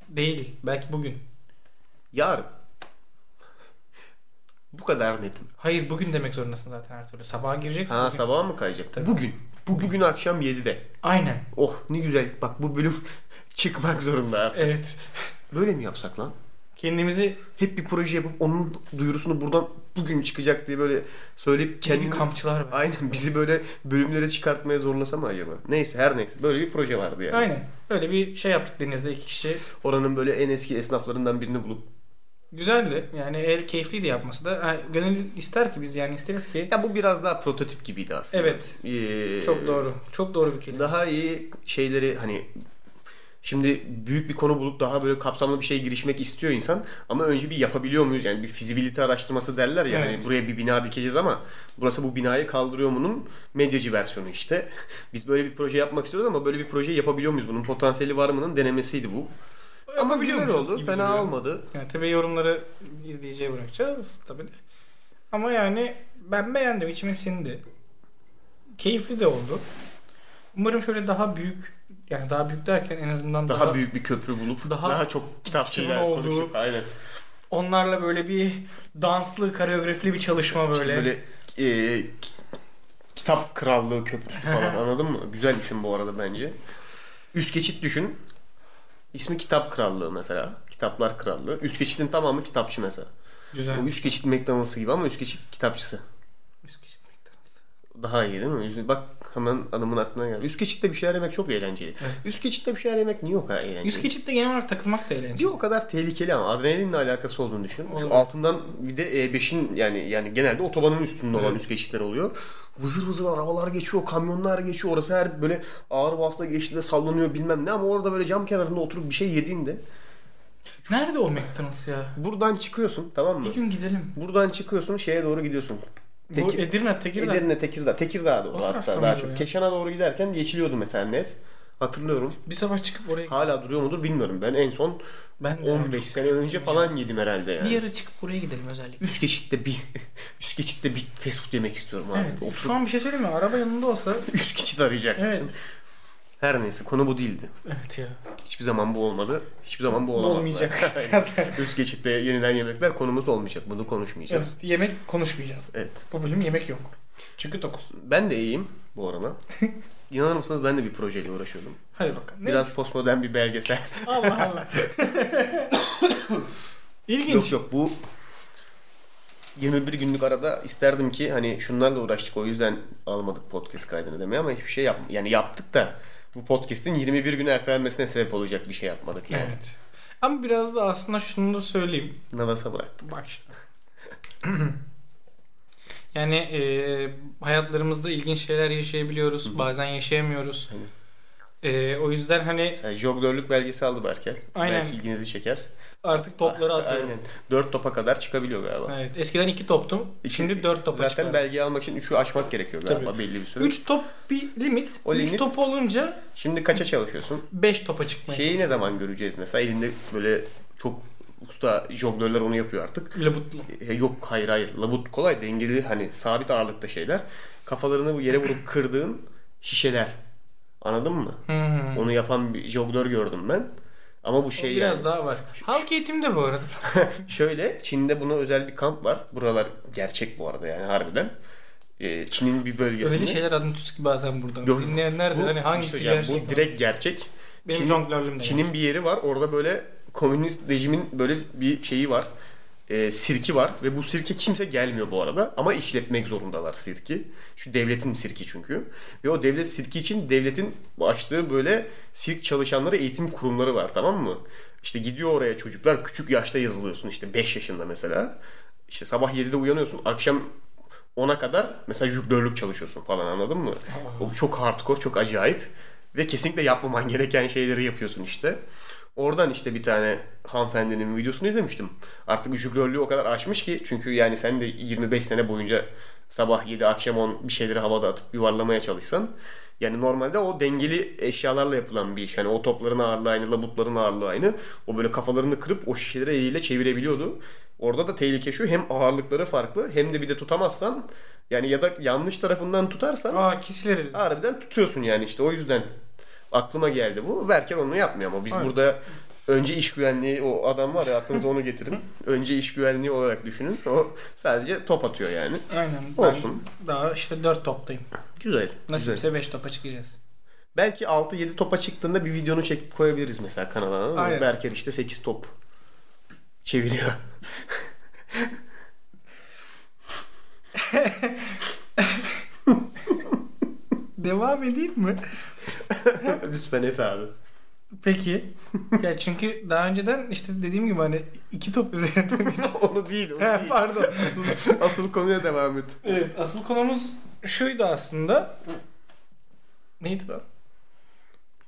Değil. Belki bugün. Yarın. Bu kadar netim. Hayır bugün demek zorundasın zaten her türlü. Sabaha gireceksin. Ha bugün. sabaha mı kayacak? Tabii. Bugün. Bugün. akşam 7'de. Aynen. Oh ne güzel. Bak bu bölüm çıkmak zorunda artık. Evet. Böyle mi yapsak lan? Kendimizi hep bir proje yapıp onun duyurusunu buradan bugün çıkacak diye böyle söyleyip kendi kendi kampçılar var. aynen bizi böyle bölümlere çıkartmaya zorlasa mı acaba? Neyse her neyse böyle bir proje vardı yani. Aynen. Öyle bir şey yaptık denizde iki kişi. Oranın böyle en eski esnaflarından birini bulup Güzeldi. Yani el keyifliydi yapması da. Ha, gönül ister ki biz yani isteriz ki. ya bu biraz daha prototip gibiydi aslında. Evet. Ee, Çok doğru. Çok doğru bir kelime. Daha iyi şeyleri hani Şimdi büyük bir konu bulup daha böyle kapsamlı bir şeye girişmek istiyor insan. Ama önce bir yapabiliyor muyuz? Yani bir fizibilite araştırması derler ya. Evet. Hani buraya bir bina dikeceğiz ama burası bu binayı kaldırıyor mu'nun medyacı versiyonu işte. Biz böyle bir proje yapmak istiyoruz ama böyle bir proje yapabiliyor muyuz? Bunun potansiyeli var mı'nın denemesiydi bu. Ama güzel Yapabiliyormuşuz oldu. gibi Fena duruyor. olmadı. Yani tabii yorumları izleyiciye bırakacağız tabii de. Ama yani ben beğendim. içime sindi. Keyifli de oldu. Umarım şöyle daha büyük yani daha büyük derken en azından Daha, daha, büyük bir köprü bulup daha, Daha- çok kitapçılar kimin olduğu- konuşup aynen. onlarla böyle bir danslı, koreografili bir çalışma İşte böyle. böyle e, ki- kitap krallığı köprüsü falan anladın mı? Güzel isim bu arada bence. Üst geçit düşün. İsmi kitap krallığı mesela. Kitaplar krallığı. Üst geçitin tamamı kitapçı mesela. Güzel. O üst geçit McDonald's'ı gibi ama üst geçit kitapçısı. Üst geçit McDonald's. Daha iyi değil mi? Üst- Bak hemen adamın aklına geldi. Üst geçitte bir şeyler yemek çok eğlenceli. Evet. Üst geçitte bir şeyler yemek niye o kadar eğlenceli? Üst geçitte genel olarak takılmak da eğlenceli. Bir o kadar tehlikeli ama adrenalinle alakası olduğunu düşünüyorum. Şu Olabilir. altından bir de E5'in yani yani genelde otobanın üstünde olan Evet. üst geçitler oluyor. Vızır vızır arabalar geçiyor, kamyonlar geçiyor. Orası her böyle ağır basla geçtiğinde sallanıyor bilmem ne ama orada böyle cam kenarında oturup bir şey yediğinde Nerede o McDonald's ya? buradan çıkıyorsun tamam mı? Bir gün gidelim. Buradan çıkıyorsun şeye doğru gidiyorsun. Bu Peki- Edirne, Tekirdağ. Edirne, Tekirdağ. Tekirdağ'a doğru O taraftan hatta daha mı çok. ya? Keşan'a doğru giderken geçiliyordu mesela net. Hatırlıyorum. Bir sabah çıkıp oraya Hala duruyor mudur bilmiyorum. Ben en son Ben de 15 çok sene küçüktüm önce ya. falan yedim herhalde yani. Bir ara çıkıp oraya gidelim özellikle. Üst geçitte bir üst geçitte bir fast food yemek istiyorum abi. Evet. Oturup Şu an bir şey söyleyeyim mi? Araba yanında olsa. üst geçit arayacak. Evet. Her neyse konu bu değildi. Evet ya. Hiçbir zaman bu olmalı. Hiçbir zaman bu Bu olamaz. Olmayacak. üst geçitte yenilen yemekler konumuz olmayacak. Bunu konuşmayacağız. Evet, yemek konuşmayacağız. Evet. Bu bölüm yemek yok. Çünkü dokuz. Ben de iyiyim bu arada. İnanır mısınız ben de bir projeyle uğraşıyordum. Hadi bakalım. Ne? Biraz postmodern bir belgesel. Allah Allah. İlginç. Yok yok bu 21 günlük arada isterdim ki hani şunlarla uğraştık o yüzden almadık podcast kaydını demeye ama hiçbir şey yap yani yaptık da bu podcast'in 21 gün ertelenmesine sebep olacak bir şey yapmadık yani. Evet. Ama biraz da aslında şunu da söyleyeyim. Nadas'a bıraktık. Bak şimdi. yani e, hayatlarımızda ilginç şeyler yaşayabiliyoruz. Bazen yaşayamıyoruz. Aynen. E, o yüzden hani Mesela joglörlük belgesi aldı Berkel. Aynen. Belki ilginizi çeker. Ah, artık topları atıyorum. Aynen. 4 topa kadar çıkabiliyor galiba. Evet. Eskiden iki toptum. İki- Şimdi dört topa E Zaten çıkardım. belgeyi almak için 3'ü aşmak gerekiyor galiba Tabii. belli bir süre. 3 top bir limit. O 3 limit- top olunca Şimdi kaça çalışıyorsun? 5 topa çıkmaya Şeyi ne zaman göreceğiz mesela elinde böyle çok usta jonglörler onu yapıyor artık. çalışıyorum. Labutlu. E, Yok hayır hayır. Labut kolay dengeli hani sabit ağırlıkta şeyler. Kafalarını yere vurup kırdığın şişeler. Anladın mı? Hmm. Onu yapan bir jonglör gördüm ben. Ama bu şey o biraz yani. daha var. Halk eğitimde bu arada. Şöyle Çin'de buna özel bir kamp var. Buralar gerçek bu arada yani harbiden. E, Çin'in bir bölgesinde. Öyle şeyler adını tüz ki bazen buradan. Yok. Dinleyenler de Bu- hani hangisi işte yani gerçek? Bu direkt gerçek. Benim Çin- jonglörlüğüm de Çin'in bir yeri var. Orada böyle komünist rejimin böyle bir şeyi var. E, sirki var ve bu sirke kimse gelmiyor bu arada ama işletmek zorundalar sirki. Şu devletin sirki çünkü. Ve o devlet sirki için devletin açtığı böyle sirk çalışanları eğitim kurumları var tamam mı? İşte gidiyor oraya çocuklar küçük yaşta yazılıyorsun işte 5 yaşında mesela. İşte sabah 7'de uyanıyorsun akşam 10'a kadar mesela jüglörlük çalışıyorsun falan anladın mı? O çok hardcore, çok acayip ve kesinlikle yapmaman gereken şeyleri yapıyorsun işte. Oradan işte bir tane hanımefendinin videosunu izlemiştim. Artık jüglörlüğü o kadar aşmış ki çünkü yani sen de 25 sene boyunca sabah 7 akşam 10 bir şeyleri havada atıp yuvarlamaya çalışsan yani normalde o dengeli eşyalarla yapılan bir iş. Yani o topların ağırlığı aynı, labutların ağırlığı aynı. O böyle kafalarını kırıp o şişeleri eliyle çevirebiliyordu. Orada da tehlike şu hem ağırlıkları farklı hem de bir de tutamazsan yani ya da yanlış tarafından tutarsan Aa kesilir. eli. harbiden tutuyorsun yani işte o yüzden aklıma geldi bu. Berker onu yapmıyor ama biz Aynen. burada önce iş güvenliği o adam var ya aklınıza onu getirin. Önce iş güvenliği olarak düşünün. O sadece top atıyor yani. Aynen. Ben Olsun. daha işte 4 toptayım. Güzel. Güzel. Nasipse 5 topa çıkacağız. Belki 6-7 topa çıktığında bir videonu çekip koyabiliriz mesela kanala. anladın mı? Aynen. Berker işte 8 top çeviriyor. Devam edeyim mi? Lütfen et abi. Peki. ya çünkü daha önceden işte dediğim gibi hani iki top üzerinden onu değil, onu He, değil. Pardon. Asıl, asıl konuya devam et. Evet asıl konumuz şuydu aslında. Neydi lan?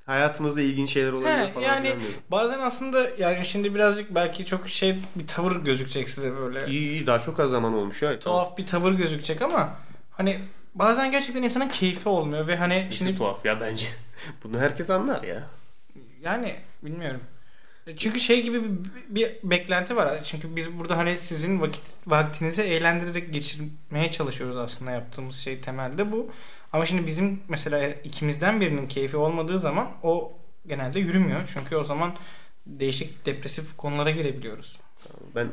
Hayatımızda ilginç şeyler olabilir He, falan yani- yani... Bazen aslında yani şimdi birazcık belki çok şey bir tavır gözükecek size böyle. İyi iyi daha çok az zaman olmuş ya. Tamam. Tuhaf bir tavır gözükecek ama hani bazen gerçekten insanın keyfi olmuyor ve hani Nesi şimdi tuhaf ya bence. Bunu herkes anlar ya. yani bilmiyorum. Çünkü şey gibi bir, bir beklenti var. Çünkü biz burada hani sizin vakit vaktinizi eğlendirerek geçirmeye çalışıyoruz aslında yaptığımız şey temelde bu. Ama şimdi bizim mesela ikimizden birinin keyfi olmadığı zaman o genelde yürümüyor. Çünkü o zaman değişik depresif konulara girebiliyoruz. Ben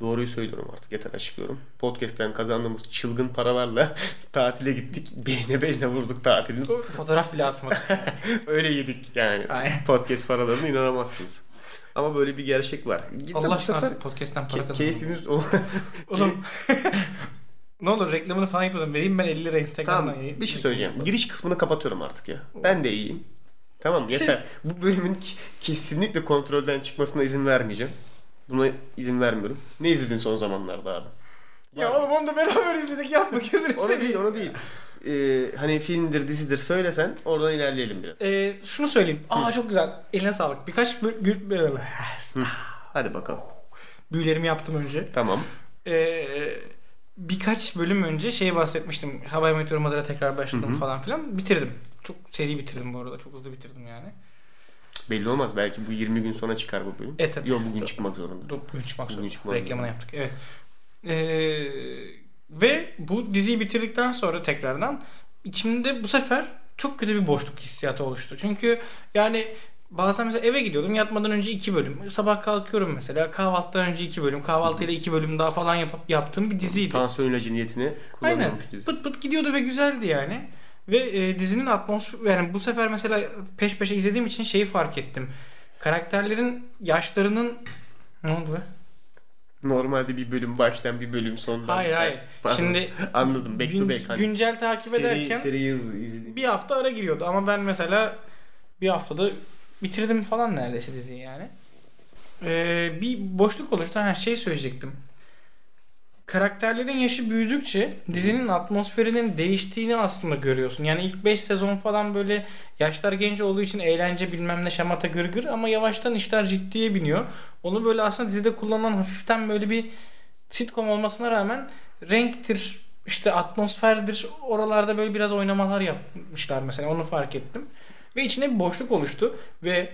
doğruyu söylüyorum artık yeter açıklıyorum. Podcast'ten kazandığımız çılgın paralarla tatile gittik. Beyne beyne vurduk tatilini. Fotoğraf bile atmadık. Öyle yedik yani. Aynen. Podcast paralarına inanamazsınız. Ama böyle bir gerçek var. Git de Allah bu sefer artık podcast'ten para ke- kazanalım. keyfimiz o. Oğlum ne olur reklamını falan yapalım. Vereyim ben 50 lira Instagram'dan. tamam yayın- bir şey söyleyeceğim. Giriş kısmını kapatıyorum artık ya. Ben de iyiyim. Tamam mı? Şey- Yaşar. Bu bölümün ki- kesinlikle kontrolden çıkmasına izin vermeyeceğim. Buna izin vermiyorum. Ne izledin son zamanlarda abi? Ya oğlum onu da beraber izledik yapma gözünü Onu seveyim. değil, onu değil. Ee, hani filmdir, dizidir söylesen oradan ilerleyelim biraz. Ee, şunu söyleyeyim. Aa çok güzel. Eline sağlık. Birkaç bö- gül- bö- Hadi bakalım. büyülerimi yaptım önce. Tamam. Ee, birkaç bölüm önce şeye bahsetmiştim. Haber Meteor Madara tekrar başladım Hı hı. falan filan. Bitirdim. Çok seri bitirdim bu arada. Çok hızlı bitirdim yani. Belli olmaz. Belki bu 20 gün sonra çıkar bu bölüm. E tabii. Yok bugün çıkmak zorunda. Dur, bugün çıkmak Bugün zorunda. çıkmak Reklamını zorunda. yaptık. Evet. Ee, ve bu diziyi bitirdikten sonra tekrardan içimde bu sefer çok kötü bir boşluk hissiyatı oluştu. Çünkü yani bazen mesela eve gidiyordum yatmadan önce iki bölüm. Sabah kalkıyorum mesela kahvaltıdan önce iki bölüm. Kahvaltıyla iki bölüm daha falan yapıp yaptığım bir diziydi. Tansiyon ilacı niyetine Aynen. kullanılmış dizi. Pıt pıt gidiyordu ve güzeldi yani. Ve e, dizinin atmosferi yani bu sefer mesela peş peşe izlediğim için şeyi fark ettim. Karakterlerin yaşlarının ne oldu be? Normalde bir bölüm baştan bir bölüm sondan. Hayır hayır. Pardon. Şimdi Anladım. Back gün- to back. Hani güncel takip ederken seri hızlı izledim. bir hafta ara giriyordu ama ben mesela bir haftada bitirdim falan neredeyse diziyi yani. Ee, bir boşluk oluştu. Her şey söyleyecektim. Karakterlerin yaşı büyüdükçe dizinin atmosferinin değiştiğini aslında görüyorsun. Yani ilk 5 sezon falan böyle yaşlar genç olduğu için eğlence bilmem ne şamata gırgır ama yavaştan işler ciddiye biniyor. Onu böyle aslında dizide kullanılan hafiften böyle bir sitcom olmasına rağmen renktir işte atmosferdir oralarda böyle biraz oynamalar yapmışlar mesela onu fark ettim. Ve içinde bir boşluk oluştu ve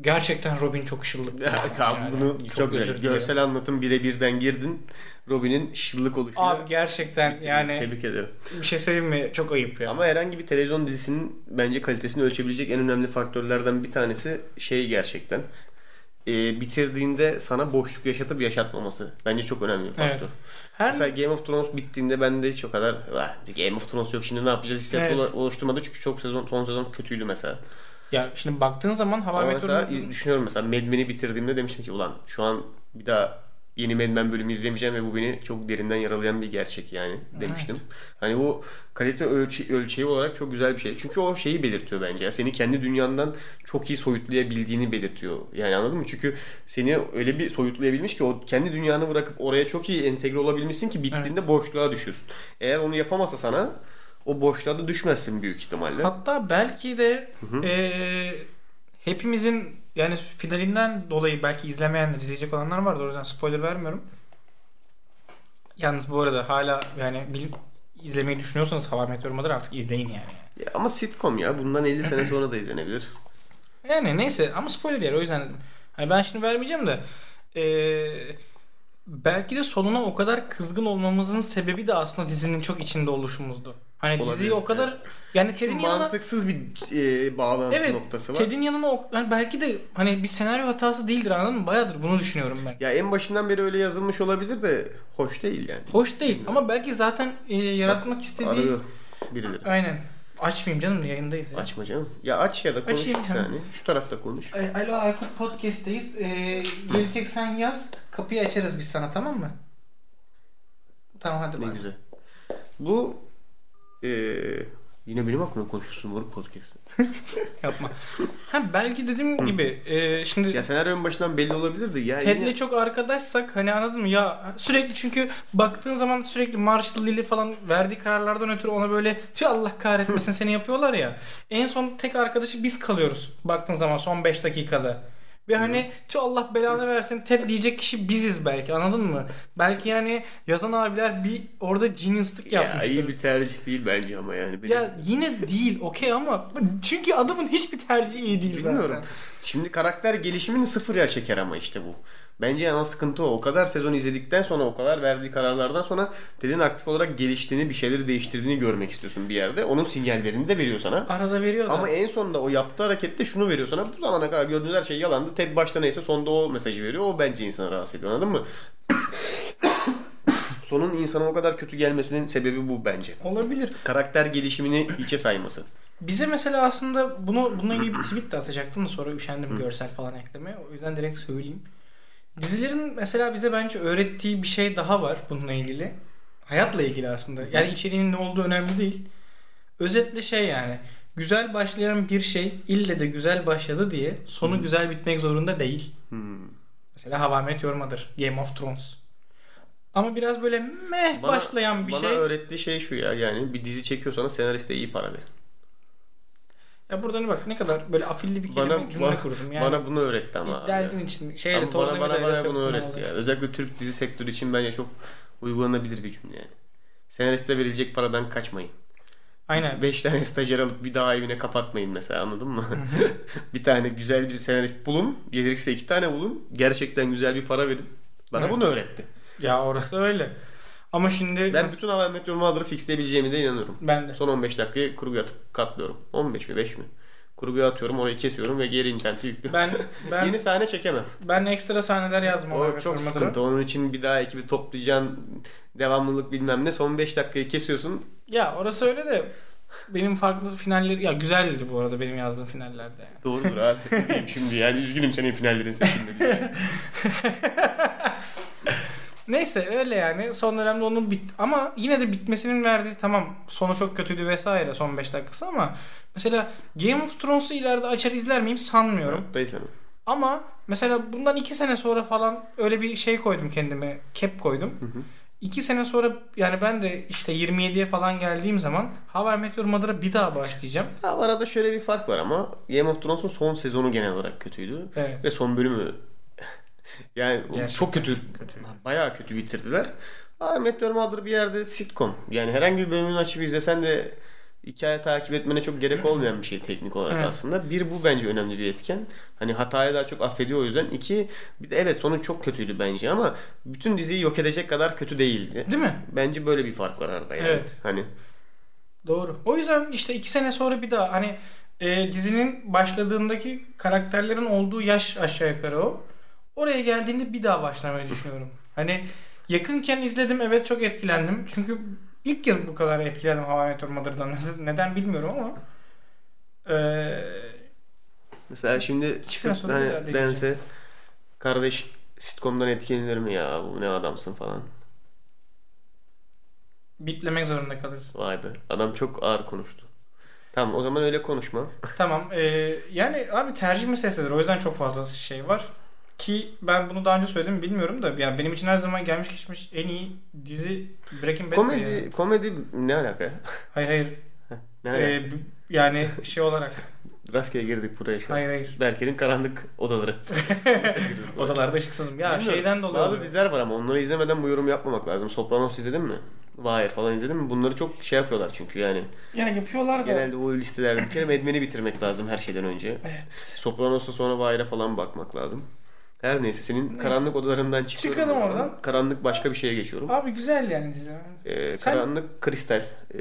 gerçekten Robin çok ışıllık. bir Ya, insan tamam, yani. bunu çok, özür güzel. dilerim. Görsel anlatım birebirden girdin. Robin'in şıllık oluşu. Abi gerçekten yani Tebrik ederim. bir şey söyleyeyim mi? Çok ayıp ya. Ama herhangi bir televizyon dizisinin bence kalitesini ölçebilecek en önemli faktörlerden bir tanesi şey gerçekten. Ee, bitirdiğinde sana boşluk yaşatıp yaşatmaması. Bence çok önemli bir faktör. Evet. Her Mesela Game of Thrones bittiğinde ben de hiç o kadar "Ulan Game of Thrones yok şimdi ne yapacağız hissiyatı Evet. ola- oluşturmadı. Çünkü çok sezon son sezon kötüydü mesela. ya şimdi baktığın zaman hava Ama meteorunu mesela iz- düşünüyorum mesela Mad Men'i bitirdiğimde demiştim ki ulan şu an bir daha yeni Mad Men bölümü izlemeyeceğim ve bu beni çok derinden yaralayan bir gerçek yani demiştim. Hani bu kalite ölçü, ölçeği olarak çok güzel bir şey. Çünkü o şeyi belirtiyor bence. ya. Seni kendi dünyandan çok iyi soyutlayabildiğini belirtiyor. Yani anladın mı? Çünkü seni öyle bir soyutlayabilmiş ki o kendi dünyanı bırakıp oraya çok iyi entegre olabilmişsin ki bittiğinde boşluğa düşüyorsun. Eğer onu yapamasa sana o boşluğa da düşmezsin büyük ihtimalle. hatta belki de eee, hepimizin yani finalinden dolayı belki izlemeyenler izleyecek olanlar vardır. O yüzden spoiler vermiyorum. Yalnız bu arada hala yani bil- izlemeyi düşünüyorsanız hava meteoru Madara artık izleyin yani. Ya ama sitcom ya. Bundan 50 sene sonra da izlenebilir. Yani neyse ama spoiler yer o yüzden dedim. Hani ben şimdi vermeyeceğim de eee, belki de sonuna o kadar kızgın olmamızın sebebi de aslında dizinin çok içinde oluşumuzdu. Hani Olabilir, diziyi o kadar evet. yani Ted'in yanına mantıksız bir e, bağlantı evet noktası var. Ted'in yanına o- yani belki de hani bir senaryo hatası değildir anladın mı? Bayağıdır bunu düşünüyorum ben. Ya en başından beri öyle yazılmış olabilir de hoş değil yani. Hoş değil ama belki zaten eee, yaratmak istediği Arıyor birileri. aynen. Açmayayım canım yayındayız ya. Açma canım. Ya aç ya da konuş Açayım bir ya. saniye. Şu tarafta konuş. E, Alo Aykut Podcast'teyiz. E, geleceksen yaz. Kapıyı açarız biz sana tamam mı? Tamam hadi Ne bay. güzel. Bu e, yine benim aklıma konuşmuşsun moruk podcast. Yapma. ha, belki dediğim gibi e, şimdi Ya senaryo en başından belli olabilirdi ya. Ted'le yine- çok arkadaşsak hani anladın mı ya sürekli çünkü baktığın zaman sürekli Marshall Lili falan verdiği kararlardan ötürü ona böyle "Tüh, Allah kahretmesin seni yapıyorlar ya. En son tek arkadaşı biz kalıyoruz baktığın zaman son 5 dakikada. Ve hani tüh Allah belanı versin Ted diyecek kişi biziz belki anladın mı? Belki yani yazan abiler bir orada cinistik ya yapmıştır. iyi bir tercih değil bence ama yani. Benim- Ya yine değil okey ama çünkü adamın hiçbir tercihi iyi değil Bilmiyorum. zaten. Şimdi karakter gelişimini sıfıra çeker ama işte bu. Bence en az sıkıntı o. O kadar sezon izledikten sonra o kadar verdiği kararlardan sonra Ted'in aktif olarak geliştiğini bir şeyleri değiştirdiğini görmek istiyorsun bir yerde. Onun sinyallerini de veriyor sana. Arada veriyor Ama zaten. en sonunda o yaptığı harekette şunu veriyor sana. Bu zamana kadar gördüğünüz her şey yalandı. Ted başta neyse sonda o mesajı veriyor. O bence insanı rahatsız ediyor anladın mı? Sonun insana o kadar kötü gelmesinin sebebi bu bence. Olabilir. Karakter gelişimini içe sayması. Bize mesela aslında bunu bununla ilgili bir tweet de atacaktım da sonra üşendim görsel falan eklemeye. O yüzden direkt söyleyeyim. Dizilerin mesela bize bence öğrettiği bir şey daha var bununla ilgili. Hayatla ilgili aslında. Yani içeriğinin ne olduğu önemli değil. Özetle şey yani güzel başlayan bir şey ille de güzel başladı diye sonu güzel bitmek zorunda değil. Hmm. Mesela Hava Meteor Mother, Game of Thrones. Ama biraz böyle meh Bana- başlayan bir bana şey. öğrettiği şey şu ya yani bir dizi çekiyorsanız senariste iyi para verin. Ya burada ne bak ne kadar böyle afilli bir kelime Bana, cümle bana, kurdum yani. bana bunu öğretti ama. abi. İddia için şeyle Ama bana bana, bana bunu öğretti ya. Özellikle Türk dizi sektörü için bence çok uygulanabilir bir cümle yani. Senariste verilecek paradan kaçmayın. Aynen. 5 tane stajyer alıp bir daha evine kapatmayın mesela anladın mı? bir tane güzel bir senarist bulun. Gerekirse iki tane bulun. Gerçekten güzel bir para verin. Bana Evet. bunu öğretti. Ya orası öyle. Ama şimdi Ben bütün Hava Meteor Mother'ı fixleyebileceğime de inanıyorum. ben de. Son 15 dakikayı kurguya atıp katlıyorum. 15 mi 5 mi? Kurguya atıyorum orayı kesiyorum ve geri internete yüklüyorum. Ben ben Yeni sahne çekemem. ben ekstra sahneler yazmam. O Ahmet çok Hurmat'ın. sıkıntı. Onun için bir daha ekibi toplayacaksın. Devamlılık bilmem ne. Son 5 dakikayı kesiyorsun. Ya orası öyle de benim farklı finalleri ya güzeldi bu arada benim yazdığım finallerde. yani. Doğrudur abi. Ne diyeyim şimdi yani üzgünüm senin finallerin seçilmedi. diye. Neyse öyle yani son dönemde onun bit ama yine de bitmesinin verdiği tamam sonu çok kötüydü vesaire son 5 dakikası ama mesela Game of Thrones'u ileride açar izler miyim sanmıyorum. Hayattayız ama. Ama mesela bundan 2 sene sonra falan öyle bir şey koydum kendime cap koydum. Hı hı. 2 sene sonra yani ben de işte 27'ye falan geldiğim zaman Hava Meteor Mother'a bir daha başlayacağım. Ha, arada şöyle bir fark var ama Game of Thrones'un son sezonu genel olarak kötüydü. Evet. Ve son bölümü yani Gerçekten çok kötü, kötü. bayağı kötü bitirdiler. Aa, Meteor Mother bir yerde sitcom. Yani herhangi bir bölümünü açıp izlesen de hikaye takip etmene çok gerek olmayan bir şey teknik olarak Evet. aslında. Bir bu bence önemli bir etken. Hani hataya daha çok affediyor o yüzden. İki bir de evet sonu çok kötüydü bence ama bütün diziyi yok edecek kadar kötü değildi. Değil mi? Bence böyle bir fark var arada yani. Evet. Hani Doğru. O yüzden işte iki sene sonra bir daha hani e, dizinin başladığındaki karakterlerin olduğu yaş aşağı yukarı o. Oraya geldiğinde bir daha başlamayı düşünüyorum. hani yakınken izledim evet çok etkilendim. Çünkü ilk kez bu kadar etkilendim Hava I Met Your Mother'dan. Neden bilmiyorum ama. E, Mesela şimdi sene çıkıp sonra bir daha hani deneyeceğim. dense kardeş sitcom'dan etkilenir mi ya bu ne adamsın falan. biplemek zorunda kalırsın. Vay be adam çok ağır konuştu. Tamam o zaman öyle konuşma. Tamam. e, yani abi tercih meselesidir. O yüzden çok fazla şey var. Ki ben bunu daha önce söyledim mi bilmiyorum da yani benim için her zaman gelmiş geçmiş en iyi dizi Breaking Bad. komedi komedi ne alaka ya? Hayır hayır. Ne alaka? Ee, b- yani şey olarak. Rastgele girdik buraya şu an. hayır hayır. Berker'in karanlık odaları. Odalarda ışıksızım. Ya Bilmiyorum. şeyden dolayı. Bazı oluyor. diziler var ama onları izlemeden bu yorumu yapmamak lazım. Sopranos izledin mi? Wire falan izledin mi? Bunları çok şey yapıyorlar çünkü yani. Ya yapıyorlar da. Genelde o listelerde bir kere Mad Men'i bitirmek lazım her şeyden önce. Evet. Sopranos'ta sonra Wire'a falan bakmak lazım. Her neyse senin karanlık odalarından çıkıyorum. Çıkalım o zaman. oradan. Karanlık başka bir şeye geçiyorum. Abi güzel yani dizi. Ee, Sen- Karanlık Kristal. Ee,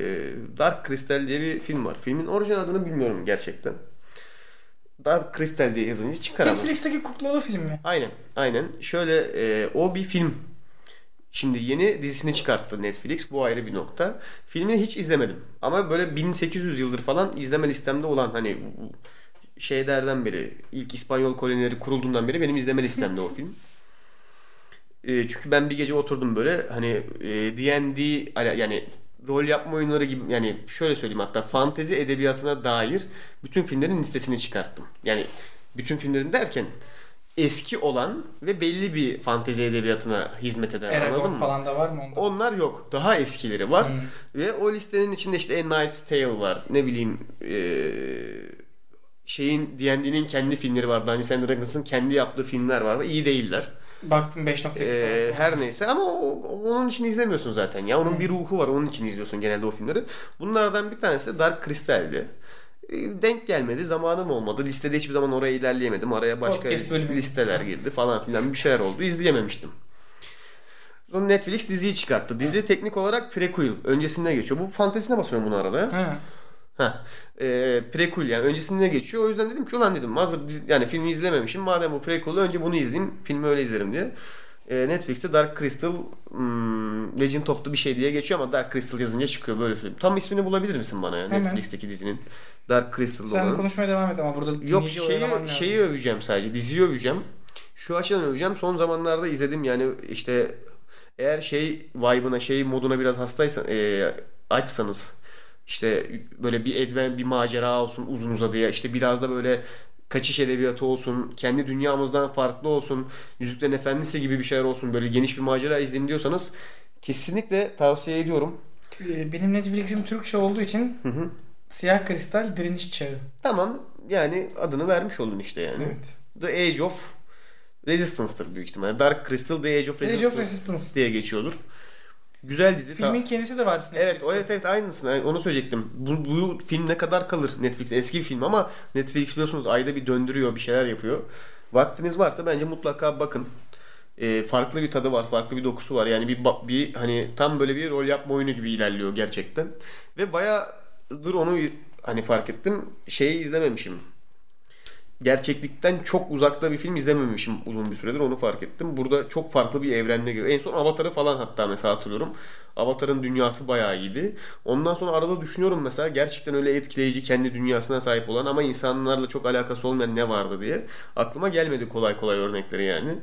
Dark Kristal diye bir film var. Filmin orijinal adını bilmiyorum gerçekten. Dark Kristal diye yazınca çıkar ama. Netflix'teki kuklalı film mi? Aynen, aynen. Şöyle e, o bir film. Şimdi yeni dizisini çıkarttı Netflix. Bu ayrı bir nokta. Filmi hiç izlemedim. Ama böyle 1800 yıldır falan izleme listemde olan hani şeylerden beri ilk İspanyol kolonileri kurulduğundan beri benim izleme listemde o film. E, çünkü ben bir gece oturdum böyle hani e, D&D ala- yani rol yapma oyunları gibi yani şöyle söyleyeyim hatta fantezi edebiyatına dair bütün filmlerin listesini çıkarttım. Yani bütün filmlerin derken eski olan ve belli bir fantezi edebiyatına hizmet eden anladın Eragon mı? falan da var mı onda? Onlar yok. Daha eskileri var. Hmm. Ve o listenin içinde işte A Knight's Tale var. Ne bileyim eee, şeyin D&D'nin kendi filmleri var. Dungeons and Dragons'ın kendi yaptığı filmler var. İyi değiller. Baktım 5.2 Ee, falan. her neyse ama o- o- onun için izlemiyorsun zaten ya. Onun bir ruhu var. Onun için izliyorsun genelde o filmleri. Bunlardan bir tanesi de Dark Crystal'di. Ee, Denk gelmedi. Zamanım olmadı. Listede hiçbir zaman oraya ilerleyemedim. Araya başka Podcast bölümü. listeler girdi falan filan bir şeyler oldu. İzleyememiştim. Sonra Netflix diziyi çıkarttı. Dizi teknik olarak prequel. Öncesinde geçiyor. Bu fantezine basıyorum bunu arada. Ha. Ha. Ee, prequel yani öncesinde geçiyor. O yüzden dedim ki ulan dedim hazır dizi- yani filmi izlememişim. Madem bu prequel önce bunu izleyeyim. Filmi öyle izlerim diye. Ee, Netflix'te Dark Crystal hmm, Legend of the bir şey diye geçiyor ama Dark Crystal yazınca çıkıyor böyle söyleyeyim. Tam ismini bulabilir misin bana ya Hemen. Netflix'teki dizinin? Dark Crystal Sen olan. konuşmaya devam et ama burada Yok dinleyici şeyi, oyalaman lazım. şeyi öveceğim sadece. Diziyi öveceğim. Şu açıdan öveceğim. Son zamanlarda izledim yani işte eğer şey vibe'ına şey moduna biraz hastaysan eee, açsanız işte böyle bir edven bir macera olsun uzun uzadıya işte biraz da böyle kaçış edebiyatı olsun kendi dünyamızdan farklı olsun Yüzüklerin Efendisi gibi bir şeyler olsun böyle geniş bir macera izleyin diyorsanız kesinlikle tavsiye ediyorum. Ee, Benim Netflix'im Türkçe olduğu için hı. E, Siyah Kristal Direniş Çağı. Tamam yani adını vermiş oldun işte yani. Evet. The Age of Resistance'tır büyük ihtimalle. Dark Crystal The Age of Resistance, Age of Resistance. diye geçiyordur. Güzel dizi. ta- Filmin kendisi de var. Evet, o Netflix'te. evet evet aynısını yani onu söyleyecektim. Bu, bu film ne kadar kalır Netflix? Eski bir film ama Netflix biliyorsunuz ayda bir döndürüyor, bir şeyler yapıyor. Vaktiniz varsa bence mutlaka bakın. Ee, farklı bir tadı var, farklı bir dokusu var. Yani bir ba- bir hani tam böyle bir rol yapma oyunu gibi ilerliyor gerçekten. Ve bayağıdır onu hani fark ettim. Şeyi izlememişim. Gerçeklikten çok uzakta bir film izlememişim uzun bir süredir onu fark ettim. Burada çok farklı bir evrende gibi. En son Avatar'ı falan hatta mesela hatırlıyorum. Avatar'ın dünyası bayağı iyiydi. Ondan sonra arada düşünüyorum mesela gerçekten öyle etkileyici kendi dünyasına sahip olan ama insanlarla çok alakası olmayan ne vardı diye. Aklıma gelmedi kolay kolay örnekleri yani.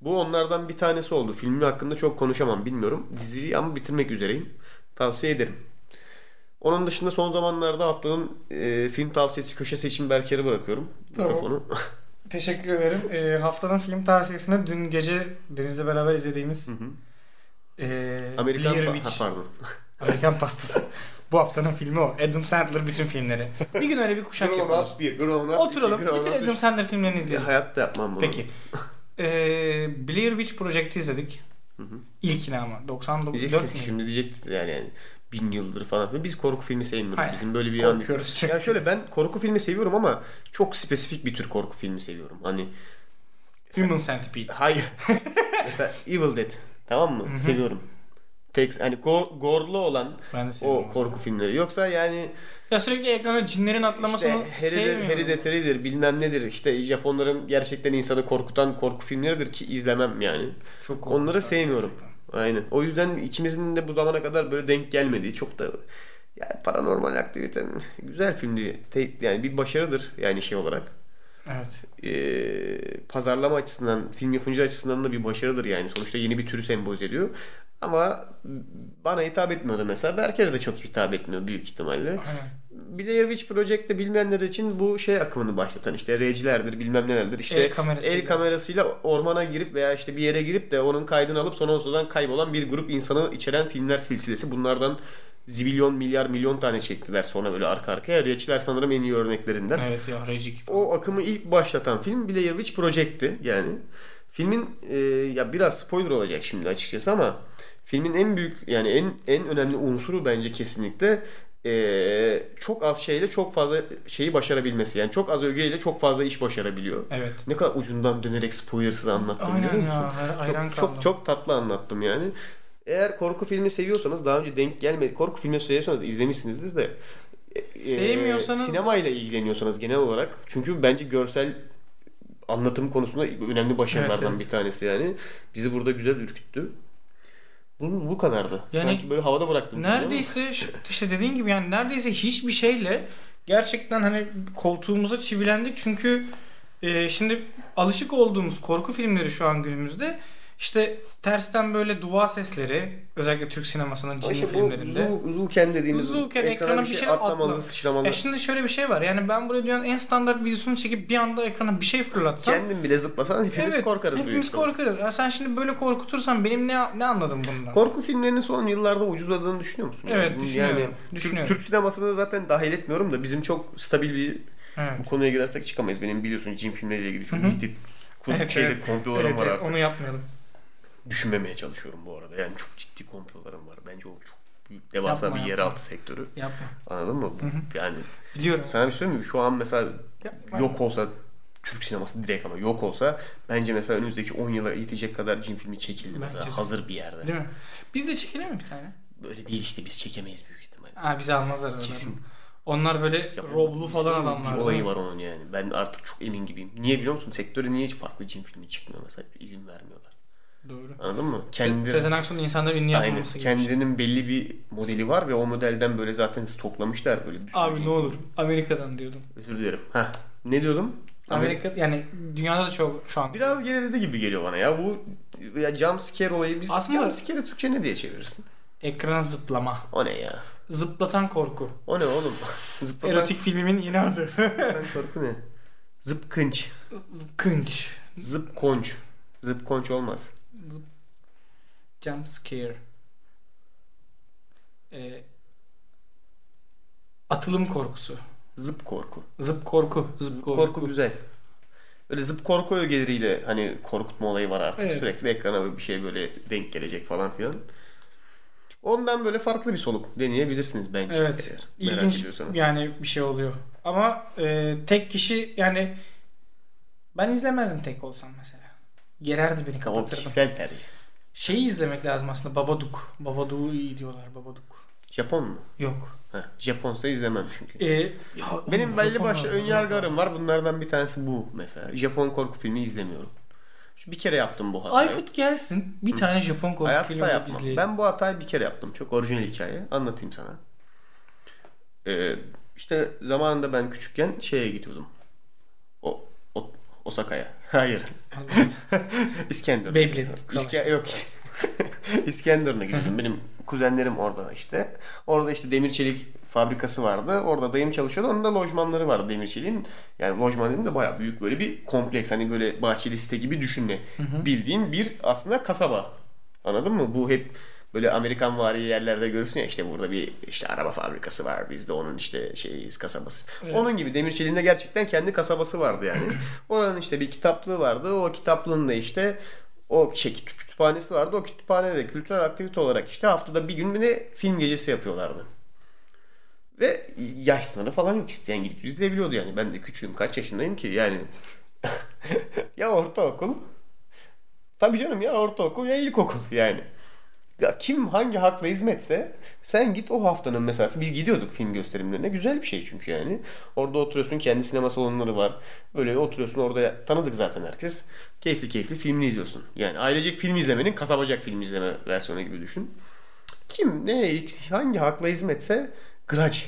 Bu onlardan bir tanesi oldu. Filmi hakkında çok konuşamam bilmiyorum. Diziyi ama bitirmek üzereyim. Tavsiye ederim. Onun dışında son zamanlarda haftanın e, film tavsiyesi köşesi için Berker'e bırakıyorum. Tamam. Mikrofonu. Teşekkür ederim. Ee, haftanın film tavsiyesine dün gece Deniz'le beraber izlediğimiz hı. ee, Amerikan Blair pa- Witch. ha, pardon. Amerikan pastası. Bu haftanın filmi o. Adam Sandler bütün filmleri. Bir gün öyle bir kuşak yapalım. bir, Grown Ups iki, Oturalım. Grown Bütün Ups Adam üç. Sandler filmlerini izleyelim. Hayatta yapmam bunu. Peki. Ee, Blair Witch Project'i izledik. Hı hı. İlkini ama. 99 Diyeceksiniz ki 4 şimdi diyecektiniz yani, yani bin yıldır falan. filan. Biz korku filmi sevmiyoruz. Hayır. Bizim böyle bir an. Korkuyoruz çünkü. Ya şöyle ben korku filmi seviyorum ama çok spesifik bir tür korku filmi seviyorum. Hani Human Centipede. hayır. Mesela Evil Dead tamam mı? Hı hı. Seviyorum. Tek hani go- gorlu olan Ben de o seviyorum. korku filmleri. Yoksa yani Ya sürekli ekrana cinlerin atlamasını işte Harry, sevmiyorum. Harry Detteri'dir bilmem nedir işte Japonların gerçekten insanı korkutan korku filmleridir ki izlemem yani. Çok Onları korkunçlar sevmiyorum. gerçekten. Aynen. O yüzden ikimizin de bu zamana kadar böyle denk gelmediği çok da ya paranormal aktivite güzel filmdi. Te- yani bir başarıdır yani şey olarak. Evet. Ee, pazarlama açısından, film yapımcı açısından da bir başarıdır yani. Sonuçta yeni bir türü sembolize ediyor. Ama bana hitap etmiyordu mesela. Berker'e de çok hitap etmiyor büyük ihtimalle. Aynen. Blair Witch Project'te bilmeyenler için bu şey akımını başlatan işte recilerdir bilmem nelerdir işte El kamerasıyla. el kamerasıyla ormana girip veya işte bir yere girip de onun kaydını alıp sonra ortadan kaybolan bir grup insanı içeren filmler silsilesi bunlardan zibilyon milyar milyon tane çektiler sonra böyle arka arkaya reciler sanırım en iyi örneklerinden. Evet ya Recik. O akımı ilk başlatan film Blair Witch Project'ti yani. Filmin e, ya biraz spoiler olacak şimdi açıkçası ama filmin en büyük yani en en önemli unsuru bence kesinlikle e, çok az şeyle çok fazla şeyi başarabilmesi. Yani çok az övgüyle çok fazla iş başarabiliyor. Evet. Ne kadar ucundan dönerek spoilersız anlattım biliyor Aynen musun? ya. Hayran çok, kaldım. çok çok tatlı anlattım yani. Eğer korku filmi seviyorsanız daha önce denk gelmedi. Korku filmi seviyorsanız da izlemişsinizdir de. e, Sevmiyorsanız- e, sinemayla ilgileniyorsanız genel olarak çünkü bence görsel anlatım konusunda önemli başarılardan Evet, evet. bir tanesi yani. Bizi burada güzel ürküttü. Bu, bu kadardı. Yani- Sanki böyle havada bıraktım. Neredeyse şu- işte dediğin gibi yani neredeyse hiçbir şeyle gerçekten hani koltuğumuza çivilendik çünkü e, şimdi alışık olduğumuz korku filmleri şu an günümüzde işte tersten böyle dua sesleri özellikle Türk sinemasının Ama cinli işte bu filmlerinde. zu, zuken dediğimiz Zuken, ekrana bir şey atlamalı, atla. sıçramalı. E şimdi şöyle bir şey var yani ben buraya dünyanın en standart videosunu çekip bir anda ekrana bir şey fırlatsam Kendin bile zıplasan hepimiz evet, korkarız. büyük hepimiz ihtimalle. korkarız. Ya sen şimdi böyle korkutursan benim ne ne anladım bundan? Korku filmlerinin son yıllarda ucuzladığını düşünüyor musun? Evet, Bu- düşünüyorum. Türk- Düşünüyorum. Türk sinemasını zaten dahil etmiyorum da bizim çok stabil bir evet. bu konuya girersek çıkamayız. Benim biliyorsun cin filmleriyle ilgili çok Hı hı. ciddi kul- Evet, şeyde evet. komplolarım Evet, var evet, artık. onu yapmayalım. Düşünmemeye çalışıyorum bu arada. Yani çok ciddi komplolarım var. Bence o çok büyük devasa Yapma, bir yapma. yeraltı sektörü. Yapma. Anladın mı? Bu, yani Biliyorum. sana bir şey söyleyeyim mi? Şu an mesela Yapma. yok olsa Türk sineması direkt ama yok olsa bence mesela önümüzdeki 10 yıla yetecek kadar cin filmi çekildi mesela. Bence de. Hazır bir yerde. Değil mi? Biz de çekelim mi bir tane? Böyle değil işte biz çekemeyiz büyük ihtimalle. Aa bizi almazlar aralarına. Kesin. Onlar böyle Ya o- roblu falan bir- adamlar. Bir değil olayı mi? var onun yani. Ben artık çok emin gibiyim. Niye biliyor musun? Sektöre niye hiç farklı cin filmi çıkmıyor mesela? İzin vermiyorlar. Doğru. Anladın mı? Kendi Sezen Aksu'nun insanları ünlü Aynen. yapmaması gibi. bir şey. Kendinin belli bir modeli var ve o modelden böyle zaten stoklamışlar böyle bir sürü cin Abi ne filmi. olur Amerika'dan diyordum. Özür dilerim. Heh. Ne diyordum? Amerika. Amerika yani dünyada da çok şu an. Biraz geriledi gibi geliyor bana ya. Bu ya jump scare olayı biz Aslında- jump scare'i Türkçe ne diye çevirirsin? Ekrana zıplama. O ne ya? Zıplatan korku. O ne oğlum? Zıplatan Erotik filmimin yeni adı. korku ne? Zıpkınç. Zıpkınç. Zıpkonç. Zıpkonç olmaz. Jump scare. Ee, atılım korkusu. Zıp korku. Zıp korku. Zıp Zıp korku. korku, güzel. Öyle zıp korku ögeleriyle hani korkutma olayı var artık. Evet. Sürekli ekrana bir şey böyle denk gelecek falan filan. Ondan böyle farklı bir soluk deneyebilirsiniz bence. Evet. şey Eğer merak İlginç ediyorsanız. yani bir şey oluyor. Ama e, tek kişi yani ben izlemezdim tek olsam mesela. Gererdi beni Tamam kapatırdım. kişisel tercih. Şeyi izlemek lazım aslında Babadook. Babadook'u iyi diyorlar Babadook. Japon mu? Yok. Heh, Japonsa izlemem çünkü. E, ya, Benim oğlum, belli Japon başlı lazım. önyargılarım var. Bunlardan bir tanesi bu mesela. Japon korku filmi izlemiyorum. Şu bir kere yaptım bu hatayı. Aykut gelsin bir tane Japon korku Hayatta filmi bulup yapmam. izleyelim. Ben bu hatayı bir kere yaptım. Çok orijinal hikaye. Anlatayım sana. Ee, işte zamanında ben küçükken şeye gidiyordum. O, o Osaka'ya. Hayır. İskenderun. Beyblade savaşı. İske yok. İskenderun'a gidiyordum. Benim kuzenlerim orada işte. Orada işte demir çelik fabrikası vardı. Orada dayım çalışıyordu. Onun da lojmanları vardı demir çeliğin. Yani lojman dedim de bayağı büyük böyle bir kompleks. Hani böyle bahçeli site gibi düşünme. Bildiğin bir aslında kasaba. Anladın mı? Bu hep böyle Amerikan vari yerlerde görürsün ya işte burada bir işte araba fabrikası var bizde onun işte şeyiz kasabası. Onun gibi Demirçeli'nin de gerçekten kendi kasabası vardı yani. Oranın işte bir kitaplığı vardı. O kitaplığın da işte o şey, kütü- kütüphanesi vardı. O kütüphanede de kültürel aktivite olarak işte haftada bir gün bir de film gecesi yapıyorlardı. Ve yaş sınırı falan yok isteyen gidip izleyebiliyordu yani. Ben de küçüğüm kaç yaşındayım ki yani. ya ortaokul. Tabii canım ya ortaokul ya ilkokul yani. Ya kim hangi hakla hizmetse sen git o haftanın mesela biz gidiyorduk film gösterimlerine güzel bir şey çünkü yani. Orada oturuyorsun kendi sinema salonları var. Böyle oturuyorsun orada tanıdık zaten herkes. Keyifli keyifli filmini izliyorsun. Yani ailecek film izlemenin kasabacak film izleme versiyonu gibi düşün. Kim ne hangi hakla hizmetse Grudge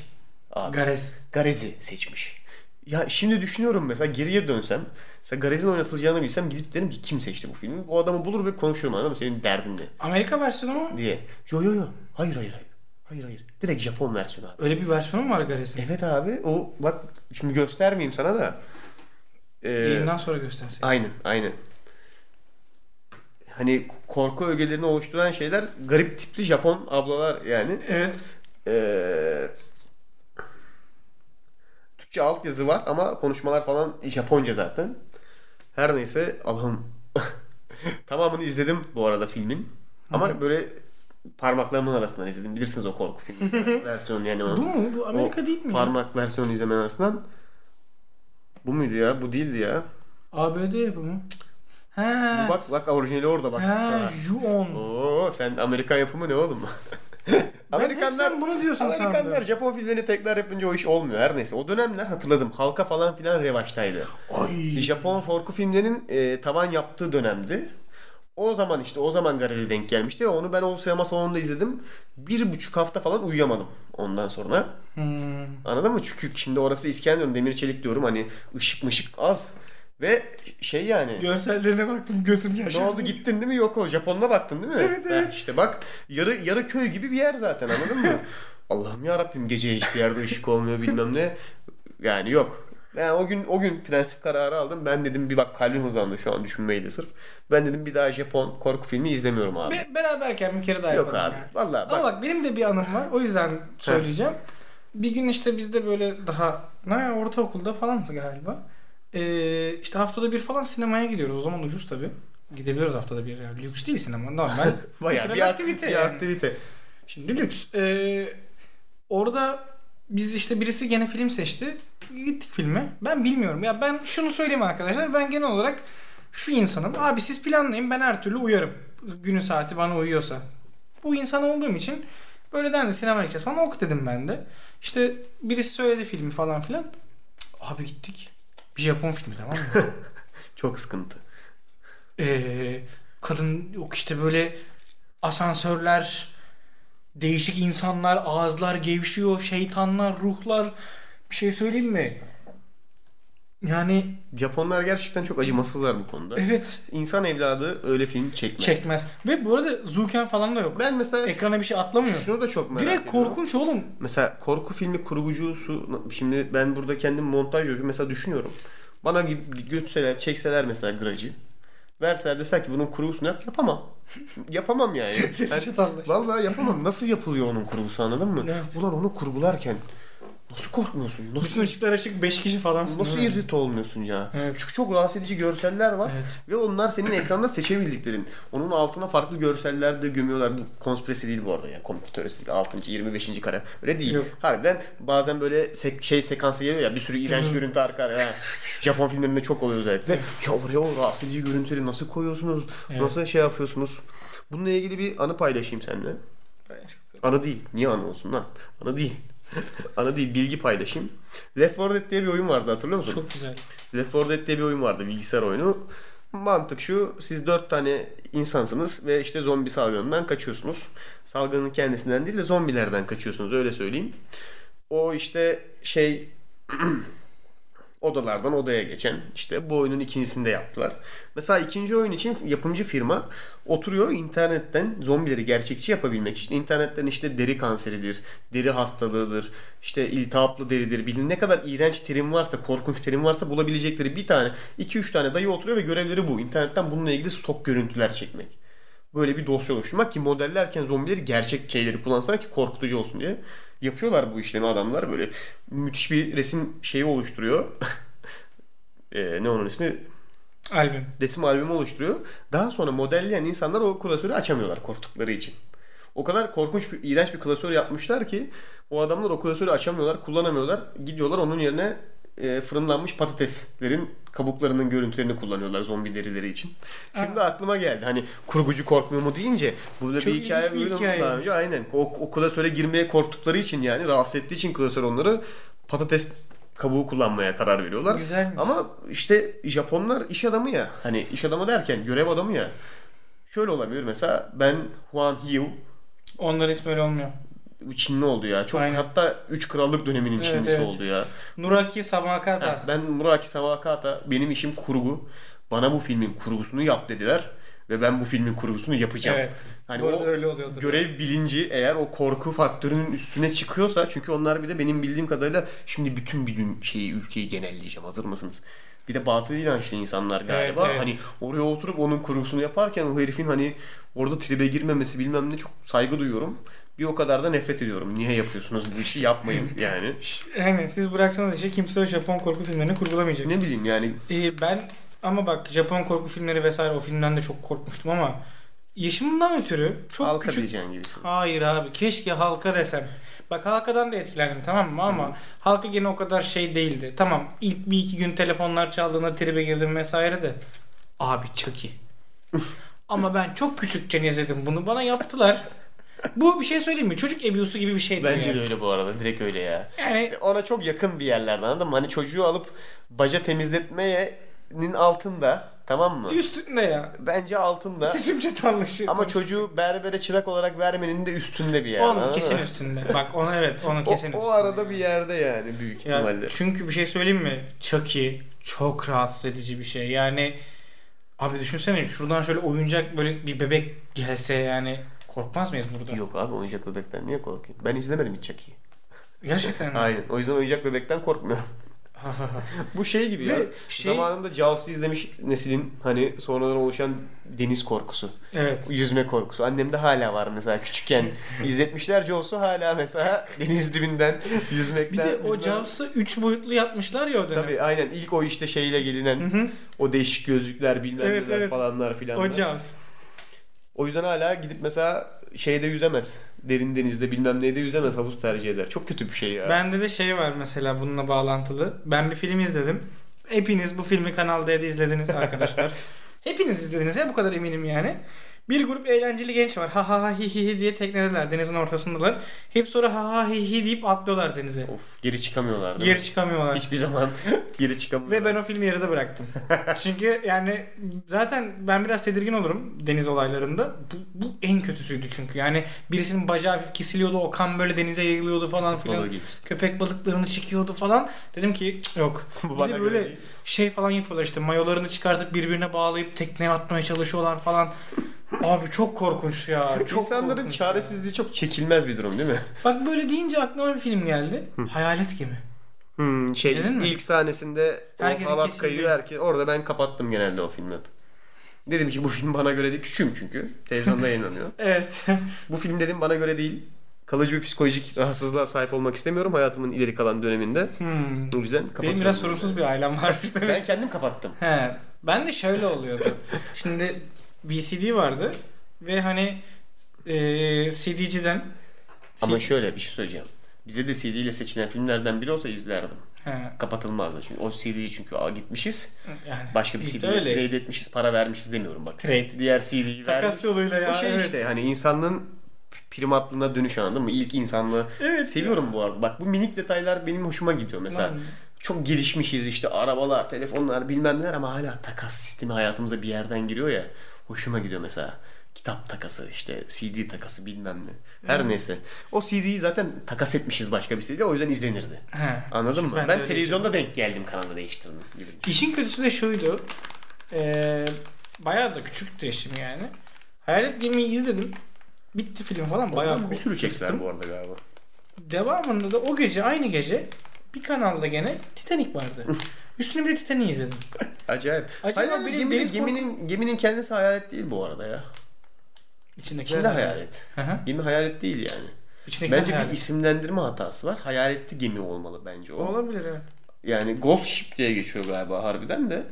abi. Gares. Garez'i seçmiş. Ya şimdi düşünüyorum mesela geriye dönsem. Mesela Garez'in oynatılacağını bilsem gidip derim ki kim seçti bu filmi? O adamı bulur ve konuşurum anladın mı? Senin derdin ne? Amerika versiyonu mu? diye. Yo yo yo. Hayır hayır hayır. Hayır hayır. Direkt Japon versiyonu abi. Öyle bir versiyonu mu var Gares'in? Evet abi o bak şimdi göstermeyeyim sana da. Ee, Yayından sonra göstersek. aynen aynen. Hani korku ögelerini oluşturan şeyler garip tipli Japon ablalar yani. Evet. Ee, Türkçe altyazı var ama konuşmalar falan Japonca zaten. Her neyse Allah'ım. Tamamını izledim bu arada filmin. Ama böyle parmaklarımın arasından izledim. Bilirsiniz o korku filmi versiyonu yani. Bu mu? Bu Amerika O değil mi? Parmak versiyonu izlemen arasından. Bu muydu ya? Bu değildi ya. ABD yapımı. Bu He. bak bak orijinali orada bak. He, Ju-on. Oo sen Amerikan yapımı ne oğlum? Amerikanlar Amerikanlar sen bunu diyorsun Amerikanlar sandım. Japon filmlerini tekrar yapınca o iş olmuyor. Her neyse o dönemler hatırladım. Halka falan filan revaçtaydı. Ay. Japon korku filmlerinin e, tavan yaptığı dönemdi. O zaman işte o zaman Garede denk gelmişti. Onu ben o sinema salonunda izledim. Bir buçuk hafta falan uyuyamadım ondan sonra. Hmm. Anladın mı? Çünkü şimdi orası İskenderun demir çelik diyorum hani ışık mışık az ve şey yani. Görsellerine baktım gözüm yaşardı. Ne oldu gittin değil mi? Yok o Japon'a baktın değil mi? Evet, evet. Heh, işte bak yarı yarı köy gibi bir yer zaten anladın mı? Allah'ım ya Rabbim gece hiçbir yerde ışık olmuyor bilmem ne. Yani yok. Yani o gün o gün prensip kararı aldım. Ben dedim bir bak kalbim hızlandı şu an düşünmeyle sırf. Ben dedim bir daha Japon korku filmi izlemiyorum abi. Be- beraberken bir kere daha yok yapalım abi. ya. Vallahi bak. Ama bak benim de bir anım var. O yüzden söyleyeceğim. bir gün işte bizde böyle daha ne ortaokulda falanız galiba. Ee, işte haftada bir falan sinemaya gidiyoruz. O zaman ucuz tabi. Gidebiliyoruz haftada bir. Yani lüks değil sinema. Normal. bayağı kültürel bir aktivite. aktivite Bir yani. aktivite. Şimdi lüks. Ee, orada biz işte birisi gene film seçti. Gittik filme. Ben bilmiyorum. Ya ben şunu söyleyeyim arkadaşlar. Ben genel olarak şu insanım. Abi siz planlayın ben her türlü uyarım. Günü saati bana uyuyorsa. Bu insan olduğum için böyle dendi sinemaya gideceğiz falan ok dedim ben de. İşte birisi söyledi filmi falan filan. Cık, Abi gittik. Bir Japon filmi tamam mı? Çok sıkıntı. Ee, kadın yok işte böyle asansörler, değişik insanlar, ağızlar gevşiyor, şeytanlar, ruhlar. Bir şey söyleyeyim mi? Yani Japonlar gerçekten çok acımasızlar bu konuda. evet İnsan evladı öyle film çekmez. çekmez. Ve bu arada Zuken falan da yok. Ben mesela Ekrana bir şey atlamıyor. şunu da çok merak Direkt ediyorum. korkunç oğlum. Mesela korku filmi kurgucusu şimdi ben burada kendim montaj yapıyorum. Mesela düşünüyorum. Bana gidip götürseler, çekseler mesela Grudge'ı. Verseler deseler ki bunun kurgusunu yap. Yapamam. yapamam yani. Sesi Ben- çatallaştı. Vallahi yapamam. Nasıl yapılıyor onun kurgusu anladın mı? Evet. Ulan onu kurgularken Nasıl korkmuyorsun? Bütün Nasıl, ışıklar açık 5 kişi falan. nasıl irrite olmuyorsun ya? Evet. Çünkü çok rahatsız edici görseller var. Evet. Ve onlar senin ekranda seçebildiklerin. Onun altına farklı görseller de gömüyorlar. Bu konspiresi değil bu arada yani. Komplo teorisi değil. 6. 25. kare. Öyle değil. Yok. Harbiden bazen böyle sek- şey sekansı geliyor ya. Bir sürü iğrenç görüntü arka arkaya. Ha. Japon filmlerinde çok oluyor özellikle. Ya oraya o rahatsız edici görüntüleri nasıl koyuyorsunuz? Nasıl şey yapıyorsunuz? Bununla ilgili bir anı paylaşayım seninle. Anı değil. Niye anı olsun lan? Anı değil. anı değil. Bilgi paylaşayım. Left 4 Dead diye bir oyun vardı hatırlıyor musun? Çok güzel. Left 4 Dead diye bir oyun vardı bilgisayar oyunu. Mantık şu siz 4 tane insansınız ve işte zombi salgınından kaçıyorsunuz. Salgının kendisinden değil de zombilerden kaçıyorsunuz öyle söyleyeyim. O işte şey odalardan odaya geçen işte bu oyunun ikincisini de yaptılar. Mesela ikinci oyun için yapımcı firma oturuyor internetten zombileri gerçekçi yapabilmek için internetten işte deri kanseridir, deri hastalığıdır, işte iltihaplı deridir bilin ne kadar iğrenç terim varsa, korkunç terim varsa bulabilecekleri bir tane, iki üç tane dayı oturuyor ve görevleri bu. İnternetten bununla ilgili stok görüntüler çekmek. Böyle bir dosya oluşturmak ki modellerken zombileri gerçek şeyleri kullansınlar ki korkutucu olsun diye. Yapıyorlar bu işlemi adamlar böyle müthiş bir resim şeyi oluşturuyor. Ee, ne onun ismi? Albüm. resim albümü oluşturuyor. Daha sonra modelleyen insanlar o klasörü açamıyorlar korktukları için. O kadar korkunç bir, iğrenç bir klasör yapmışlar ki o adamlar o klasörü açamıyorlar, kullanamıyorlar. Gidiyorlar onun yerine e, fırınlanmış patateslerin kabuklarının görüntülerini kullanıyorlar zombi derileri için. Şimdi aklıma geldi. Hani kurgucu korkmuyor mu deyince burada Çok bir hikaye ilginç bir duydum hikaye. daha önce. Aynen. O, o klasöre girmeye korktukları için yani rahatsız ettiği için klasör onları patates kabuğu kullanmaya karar veriyorlar. Güzelmiş. Ama işte Japonlar iş adamı ya. Hani iş adamı derken görev adamı ya. Şöyle olabilir mesela ben Huan Hiu Onların ismi öyle olmuyor. Çinli oldu ya. Çok Aynen. hatta 3 krallık döneminin Evet, Çinlisi evet. oldu ya. Nuraki Ha, Samakata. ben Muraki Sawakata benim işim kurgu. Bana bu filmin kurgusunu yap dediler ve ben bu filmin kurgusunu yapacağım. Evet. Hani Bu arada o öyle oluyordur. görev bilinci eğer o korku faktörünün üstüne çıkıyorsa çünkü onlar bir de benim bildiğim kadarıyla şimdi bütün bir gün şeyi ülkeyi genelleyeceğim. Hazır mısınız? Bir de batılı inançlı insanlar galiba. evet. Hani oraya oturup onun kurgusunu yaparken o herifin hani orada tribe girmemesi bilmem ne çok saygı duyuyorum. Bir o kadar da nefret ediyorum. Niye yapıyorsunuz bu işi? Yapmayın yani. Aynen siz bıraksanız işi kimse o Japon korku filmlerini kurgulamayacak. Ne bileyim yani Ee, ben ama bak Japon korku filmleri vesaire o filmden de çok korkmuştum ama yaşımdan ötürü çok halka küçük diyeceğin gibisin. Hayır abi keşke halka desem. Bak halkadan da etkilendim tamam mı ama halka gene o kadar şey değildi. Tamam ilk bir iki gün telefonlar çaldığında tribe girdim vesaire de. Abi çok iyi. ama ben çok küçükken izledim bunu bana yaptılar. Bu bir şey söyleyeyim mi? Çocuk ebiyosu gibi bir şeydi. Bence yani. de öyle bu arada. Direkt öyle ya. Yani Ona çok yakın bir yerlerden anladın mı? Hani çocuğu alıp baca temizletmeye'nin altında tamam mı? üstünde ya. Bence altında. Sesim çatallaşıyor. Ama çocuğu berbere çırak olarak vermenin de üstünde bir yer. Onun anladın kesin mı? üstünde. Bak ona evet onun O, kesin o üstünde. arada bir yerde yani büyük Ya ihtimalle. çünkü bir şey söyleyeyim mi? Chucky çok rahatsız edici bir şey. Yani abi düşünsene şuradan şöyle oyuncak böyle bir bebek gelse yani korkmaz mıyız burada? Yok abi oyuncak bebekten niye korkuyorsun? Ben izlemedim hiç Chucky'yi. Gerçekten mi? Aynen. O yüzden oyuncak bebekten korkmuyorum. Bu şey gibi ya. Ve şey- Zamanında Jaws'ı izlemiş neslin hani sonradan oluşan deniz korkusu. evet. Yüzme korkusu. Annemde hala var mesela küçükken. izletmişlerce olsa hala mesela deniz dibinden Bir yüzmekten. de o bilmem- Jaws'ı 3 boyutlu yapmışlar ya o dönem. Tabii aynen ilk o işte şeyle gelinen hı. o değişik gözlükler bilmem Evet, neler evet. falanlar filanlar. O Jaws. O yüzden hala gidip mesela şeyde yüzemez. Derin denizde bilmem neyde yüzemez havuz tercih eder. Çok kötü bir şey ya. Bende de şey var mesela bununla bağlantılı. Ben bir film izledim. Hepiniz bu filmi Kanal D'de izlediniz arkadaşlar. Hepiniz izlediniz ya bu kadar eminim yani. Bir grup eğlenceli genç var. Ha ha ha hi hi hi diye teknedeler denizin ortasındalar. Hep sonra ha ha hi hi deyip atlıyorlar denize. Of geri çıkamıyorlar. değil mi? Geri çıkamıyorlar. Hiçbir zaman geri çıkamıyorlar. Ve ben o filmi yarıda bıraktım. Çünkü yani zaten ben biraz tedirgin olurum deniz olaylarında. Bu, bu en kötüsüydü çünkü. Yani birisinin bacağı hafif kesiliyordu. O kan böyle denize yayılıyordu falan filan. Olur git. köpek balıklarını çekiyordu falan. Dedim ki "Cık, yok. Bu Bir bana de göre böyle değil. şey falan yapıyorlar işte mayolarını çıkartıp birbirine bağlayıp tekneye atmaya çalışıyorlar falan. Abi çok korkunç ya. Çok İnsanların korkunç çaresizliği çok çekilmez bir durum değil mi? ya. Bak böyle deyince aklıma bir film geldi. Hayalet Gemi. Hmm, şey İzledin mi? ilk sahnesinde Herkesin o halat kesildiği- kayıyor herkes. Orada ben kapattım genelde o filmi. hep. Dedim ki bu film bana göre değil. Küçüğüm çünkü. Televizyonda yayınlanıyor. Evet. bu film dedim bana göre değil. Kalıcı bir psikolojik rahatsızlığa sahip olmak istemiyorum hayatımın ileri kalan döneminde. Hmm. O yüzden kapatıyorum. Benim biraz sorumsuz bir ailem varmış demek. Ben kendim kapattım. He. Ben de şöyle oluyordu. Şimdi VCD vardı ve hani e, CD'ciden Ama şöyle bir şey söyleyeceğim. Bize de CD ile seçilen filmlerden biri olsa izlerdim. He, Kapatılmazdı. Çünkü o CD'yi çünkü aa, gitmişiz. yani Başka bir Biz de CD'ye öyle. trade etmişiz. Para vermişiz demiyorum bak. Trade. Diğer CD'yi vermiş. Takas yoluyla ya. O şey evet. işte hani insanlığın primatlığına dönüş anladın mı? İlk insanlığı. Evet. Seviyorum bu arada. Bak bu minik detaylar benim hoşuma gidiyor mesela. Lan, Çok gelişmişiz işte arabalar, telefonlar bilmem neler ama hala takas sistemi hayatımıza bir yerden giriyor ya. Hoşuma gidiyor mesela. Kitap takası işte CD takası bilmem ne. Her neyse. O CD'yi zaten takas etmişiz başka bir CD'ye o yüzden izlenirdi. he. Anladın mı? Ben de Ben, öyle televizyonda denk geldim kanalı değiştirdim gibi. şey. İşin kötüsü de şuydu. Ee, bayağı da küçüktü yaşım yani. Hayalet Gemi'yi izledim. Bitti film falan bayağı Oradan bir sürü korkmuştum. çektiler bu arada galiba. Devamında da o gece aynı gece bir kanalda gene Titanic vardı. Üstüne bir de Titanic'i izledim. Acayip. Acaba Hayır, benim geminin, deniz geminin, geminin kendisi hayalet değil bu arada ya. İçindekiler İçinde de- hayalet. Hı hı. Gemi hayalet değil yani. İçindekiler Bence bir hayalet. isimlendirme hatası var. Hayaletli gemi olmalı bence o. Olabilir evet. Yani Ghost Ship diye geçiyor galiba harbiden de.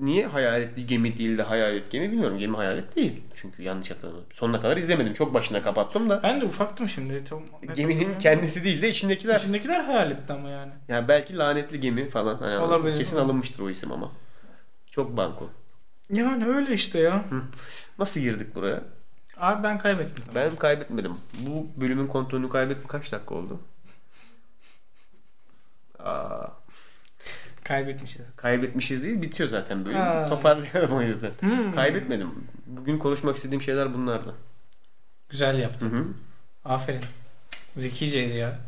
Niye hayaletli gemi değil de hayalet gemi bilmiyorum. Gemi hayalet değil. Çünkü yanlış hatırladım. Sonuna kadar izlemedim. Çok başına kapattım da. Ben de ufaktım şimdi. Tam, Geminin kendisi değil de içindekiler. İçindekiler hayaletti ama yani. Yani belki lanetli gemi falan. Hani Olabilir. Kesin alınmıştır o isim ama. Çok banko. Yani öyle işte ya. Nasıl girdik buraya? Abi ben kaybettim. Ben kaybetmedim. Bu bölümün kontrolünü kaybettim. Kaç dakika oldu? Aa, Kaybetmişiz. kaybetmişiz değil bitiyor zaten bölüm. Ha. Toparlayalım o yüzden. Hmm. Kaybetmedim. Bugün konuşmak istediğim şeyler bunlardı. Hmm. Güzel yaptın. Hı hı. Aferin. Zekiceydi ya.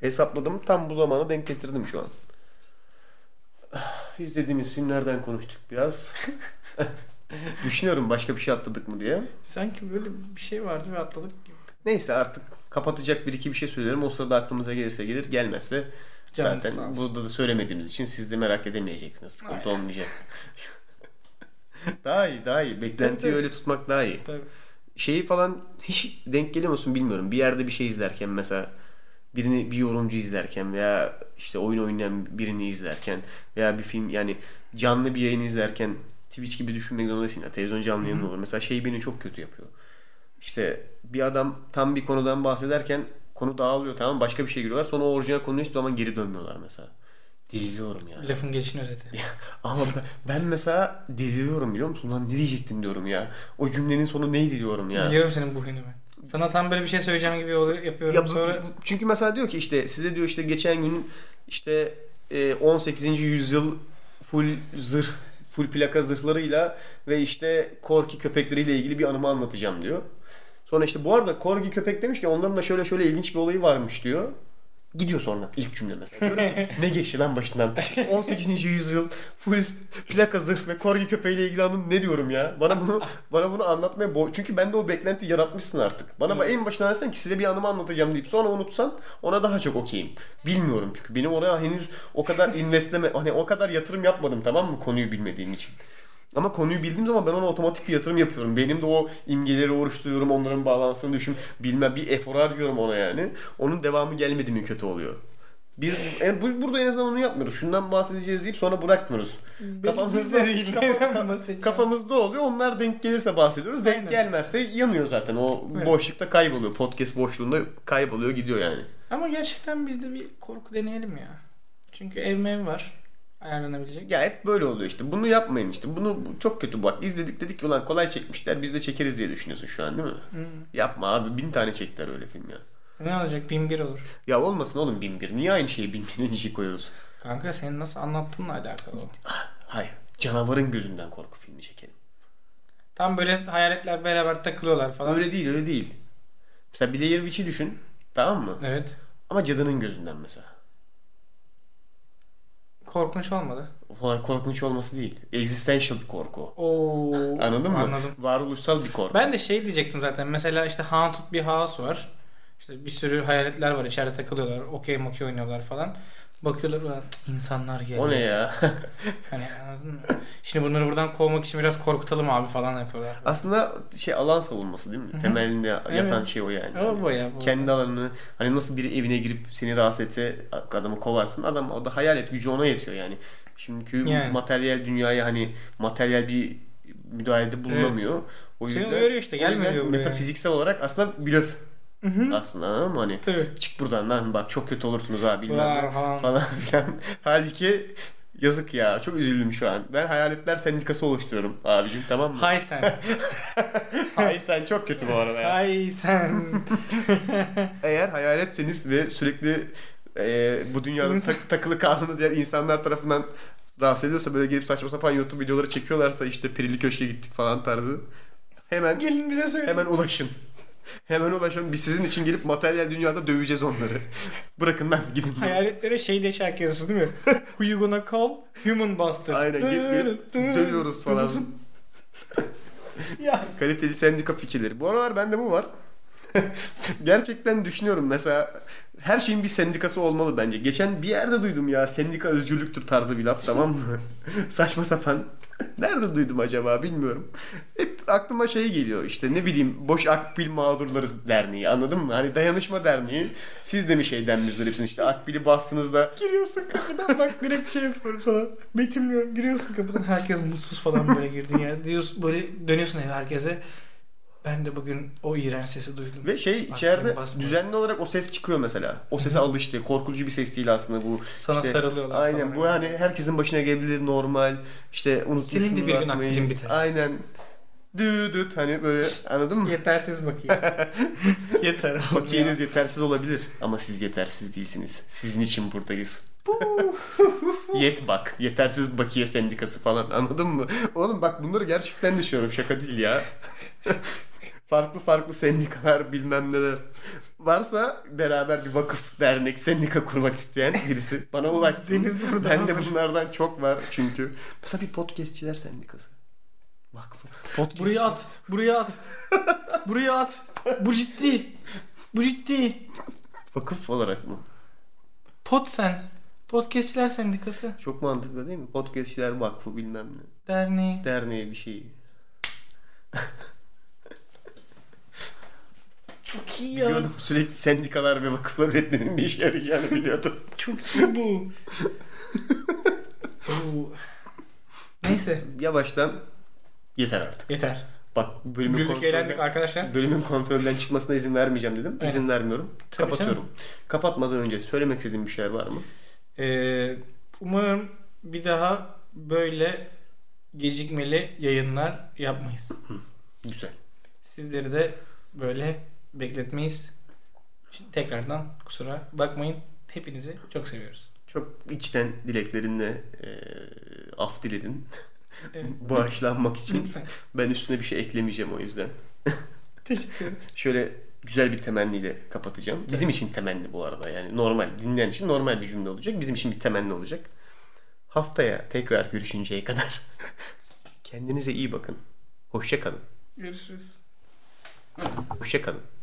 Hesapladım. Tam bu zamana denk getirdim şu an. Ah, İzlediğimiz filmlerden konuştuk biraz. Düşünüyorum başka bir şey atladık mı diye. Sanki böyle bir şey vardı ve atladık. Neyse artık kapatacak bir iki bir şey söylerim. O sırada aklımıza gelirse gelir, gelmezse Canınız sağ zaten olsun. burada da söylemediğimiz için siz de merak edemeyeceksiniz. Sıkıntı Aynen. olmayacak. daha iyi, daha iyi. Beklentiyi Tabii. öyle tutmak daha iyi. Tabii. Şeyi falan hiç denk geliyor musun bilmiyorum. Bir yerde bir şey izlerken mesela birini bir yorumcu izlerken veya işte oyun oynayan birini izlerken veya bir film yani canlı bir yayın izlerken Twitch gibi düşünmek zorunda değilsin. Ya, Televizyon canlı yayın olur. Mesela şey beni çok kötü yapıyor. İşte bir adam tam bir konudan bahsederken konu dağılıyor tamam mı? başka bir şey giriyorlar. Sonra o orijinal konuya hiçbir zaman geri dönmüyorlar mesela. Deliriyorum yani. Lafın gelişin özeti. Ama ben- ben mesela deliriyorum biliyor musun? Lan ne diyecektim diyorum ya. O cümlenin sonu neydi diyorum ya. Biliyorum senin bu huyunu ben. Sana tam böyle bir şey söyleyeceğim gibi oluyor- yapıyorum. Ya bu- Sonra bu- çünkü mesela diyor ki işte size diyor işte geçen gün işte e, 18. yüzyıl full zırh full plaka zırhlarıyla ve işte korki köpekleriyle ilgili bir anımı anlatacağım diyor. Sonra işte bu arada korgi köpek demiş ki onların da şöyle şöyle ilginç bir olayı varmış diyor. Gidiyor sonra ilk cümle mesela. Diyorum ki, ne geçti lan başından? 18. yüzyıl full plaka zırh ve korgi köpeğiyle ilgili anım ne diyorum ya? Bana bunu bana bunu anlatmaya bo- çünkü bende o beklenti yaratmışsın artık. Bana bak en başından dersen ki size bir anımı anlatacağım deyip sonra unutsan ona daha çok okeyim. Bilmiyorum çünkü benim oraya henüz o kadar investleme hani o kadar yatırım yapmadım tamam mı konuyu bilmediğim için. Ama konuyu bildiğim zaman ben ona otomatik bir yatırım yapıyorum. Benim de o imgeleri oluşturuyorum, onların bağlantısını düşün, bilmem bir efor harcıyorum ona yani. Onun devamı gelmedi mi kötü oluyor. Bir, e, bu, burada en azından onu yapmıyoruz. Şundan bahsedeceğiz deyip sonra bırakmıyoruz. Kafamızda, bizde değil. kafa- Bahsedeceğiz. kafamızda oluyor. Onlar denk gelirse bahsediyoruz. Denk Aynen. gelmezse yanıyor zaten. O Evet. boşlukta kayboluyor. Podcast boşluğunda kayboluyor gidiyor yani. ama gerçekten biz de bir korku deneyelim ya. Çünkü ev mev var. Ayarlanabilecek. Ya hep böyle oluyor işte. Bunu yapmayın işte. Bunu bu- çok kötü bak. İzledik dedik ki ulan kolay çekmişler. Biz de çekeriz diye düşünüyorsun şu an değil mi? Hmm. Yapma abi. Bin tane çektiler öyle film ya. Ne olacak? Bin bir olur. Ya olmasın oğlum bin bir. Niye aynı şeyi bin birinci koyuyoruz? Ah, Kanka senin nasıl anlattığınla alakalı o. Hayır. Canavarın gözünden korku filmi çekelim. Tam böyle hayaletler beraber takılıyorlar falan. Öyle değil öyle değil. Mesela Blair Witch'i düşün. Tamam mı? Evet. Ama cadının gözünden mesela. Korkunç olmadı. O kadar korkunç olması değil. Existential bir korku. o. Oo. Anladın mı? Anladım. Varoluşsal bir korku. Ben de şey diyecektim zaten. Mesela işte Haunted bir house var. İşte bir sürü hayaletler var. içeride takılıyorlar. Okey mokey oynuyorlar falan. Bakıyorlar ulan insanlar geldi. O ne ya? Hani anladın mı? Şimdi bunları buradan kovmak için biraz korkutalım abi falan yapıyorlar. Aslında şey alan savunması değil mi? Temelinde yatan Evet. şey o yani. Ama bu ya. Bu. Kendi alanını hani nasıl biri evine girip seni rahatsız etse adamı kovarsın. Adam o da hayalet gücü ona yetiyor yani. Şimdiki Yani. materyal dünyaya hani materyal bir müdahalede bulunamıyor. O Seni uyarıyor işte, o gelme yüzden diyor buraya. Metafiziksel olarak aslında blöf. Aslında anladın mı? Hani Tabii. çık buradan lan bak çok kötü olursunuz abi bilmem Var ne falan. falan filan. Halbuki yazık ya çok üzüldüm şu an. Ben hayaletler sendikası oluşturuyorum abicim tamam mı? Hay sen. Hay sen çok kötü bu arada. ya. Hay sen. Eğer hayaletseniz ve sürekli e, bu dünyanın İnsan- tak- takılı kaldığınız diğer insanlar tarafından rahatsız ediyorsa böyle gelip saçma sapan YouTube videoları çekiyorlarsa işte Perili Köşk'e gittik falan tarzı. Hemen Gelin bize söyle. hemen ulaşın. Hemen ulaşın. Biz sizin için gelip materyal dünyada döveceğiz onları. Bırakın lan gidin. Hayaletlere şey diye şarkı yazıyorsun değil mi? Who you gonna call? Human Busters. Aynen git, git, dövüyoruz falan. ya Kaliteli sendika fikirleri. Bu aralar bende bu var. Gerçekten düşünüyorum mesela her şeyin bir sendikası olmalı bence. Geçen bir yerde duydum ya sendika özgürlüktür tarzı bir laf tamam mı? Saçma sapan. Nerede duydum acaba bilmiyorum. Hep aklıma şey geliyor işte ne bileyim Boş Akbil Mağdurları Derneği anladın mı? Hani dayanışma derneği. Siz de mi şeyden müzdaripsiniz işte Akbil'i bastınız da giriyorsun kapıdan bak direkt şey yapıyorum sana. Betimliyorum. Giriyorsun kapıdan herkes mutsuz falan böyle girdin ya. Diyorsun böyle dönüyorsun eve herkese. Ben de bugün o iğrenç sesi duydum. ve şey Akbil'i içeride basmıyor. düzenli olarak o ses çıkıyor mesela. O sese alıştı. Korkutucu bir ses değil aslında bu. Sana İşte, sarılıyorlar Aynen falan. bu hani herkesin başına gelebilir normal. İşte unutmuşsun Senin de bir gün atmayı. aklın biter. Aynen. Dü düt hani böyle anladın mı? Yetersiz bakayım. Yeter. oğlum ya. Bakiyeniz yetersiz olabilir ama siz yetersiz değilsiniz. Sizin için buradayız. Yet bak. Yetersiz bakiye sendikası falan anladın mı? Oğlum bak bunları gerçekten düşünüyorum. Şaka değil ya. farklı farklı sendikalar bilmem neler. Varsa beraber bir vakıf, dernek, sendika kurmak isteyen birisi bana ulaşsın. Deniz burada Bende hazır. bunlardan çok var çünkü. Mesela bir podcastçiler sendikası. Vakfı. Podcast. Buraya at. Buraya at. buraya at. Bu ciddi. Bu ciddi. Vakıf olarak mı? Pot sen. Podcastçiler Sendikası Çok mantıklı değil mi? Podcastçiler vakfı bilmem ne. Derneği. derneği bir şey. şeyi. Çok iyi ya. Biliyordum sürekli sendikalar ve vakıflar üretmenin bir işe yarayacağını biliyordum. Çok iyi bu. Oo. Neyse. Yavaştan yeter artık. Yeter. Bak bölümün Güldük kontrolden- eğlendik arkadaşlar. Bölümün kontrolden çıkmasına izin vermeyeceğim dedim. Evet. İzin vermiyorum. Tabii Kapatıyorum. Kapatmadan önce söylemek istediğim bir şey var mı? Ee, umarım bir daha böyle gecikmeli yayınlar yapmayız. Güzel. Sizleri de böyle bekletmeyiz. Şimdi tekrardan kusura bakmayın. Hepinizi çok seviyoruz. Çok içten dileklerinle eee af diledin. Evet. Bağışlanmak için. Lütfen. Ben üstüne bir şey eklemeyeceğim o yüzden. Teşekkür ederim. Şöyle güzel bir temenniyle kapatacağım. Bizim için temenni bu arada yani normal dinleyen için normal bir cümle olacak. Bizim için bir temenni olacak. Haftaya tekrar görüşünceye kadar kendinize iyi bakın. Hoşça kalın. Görüşürüz. Hoşça kalın.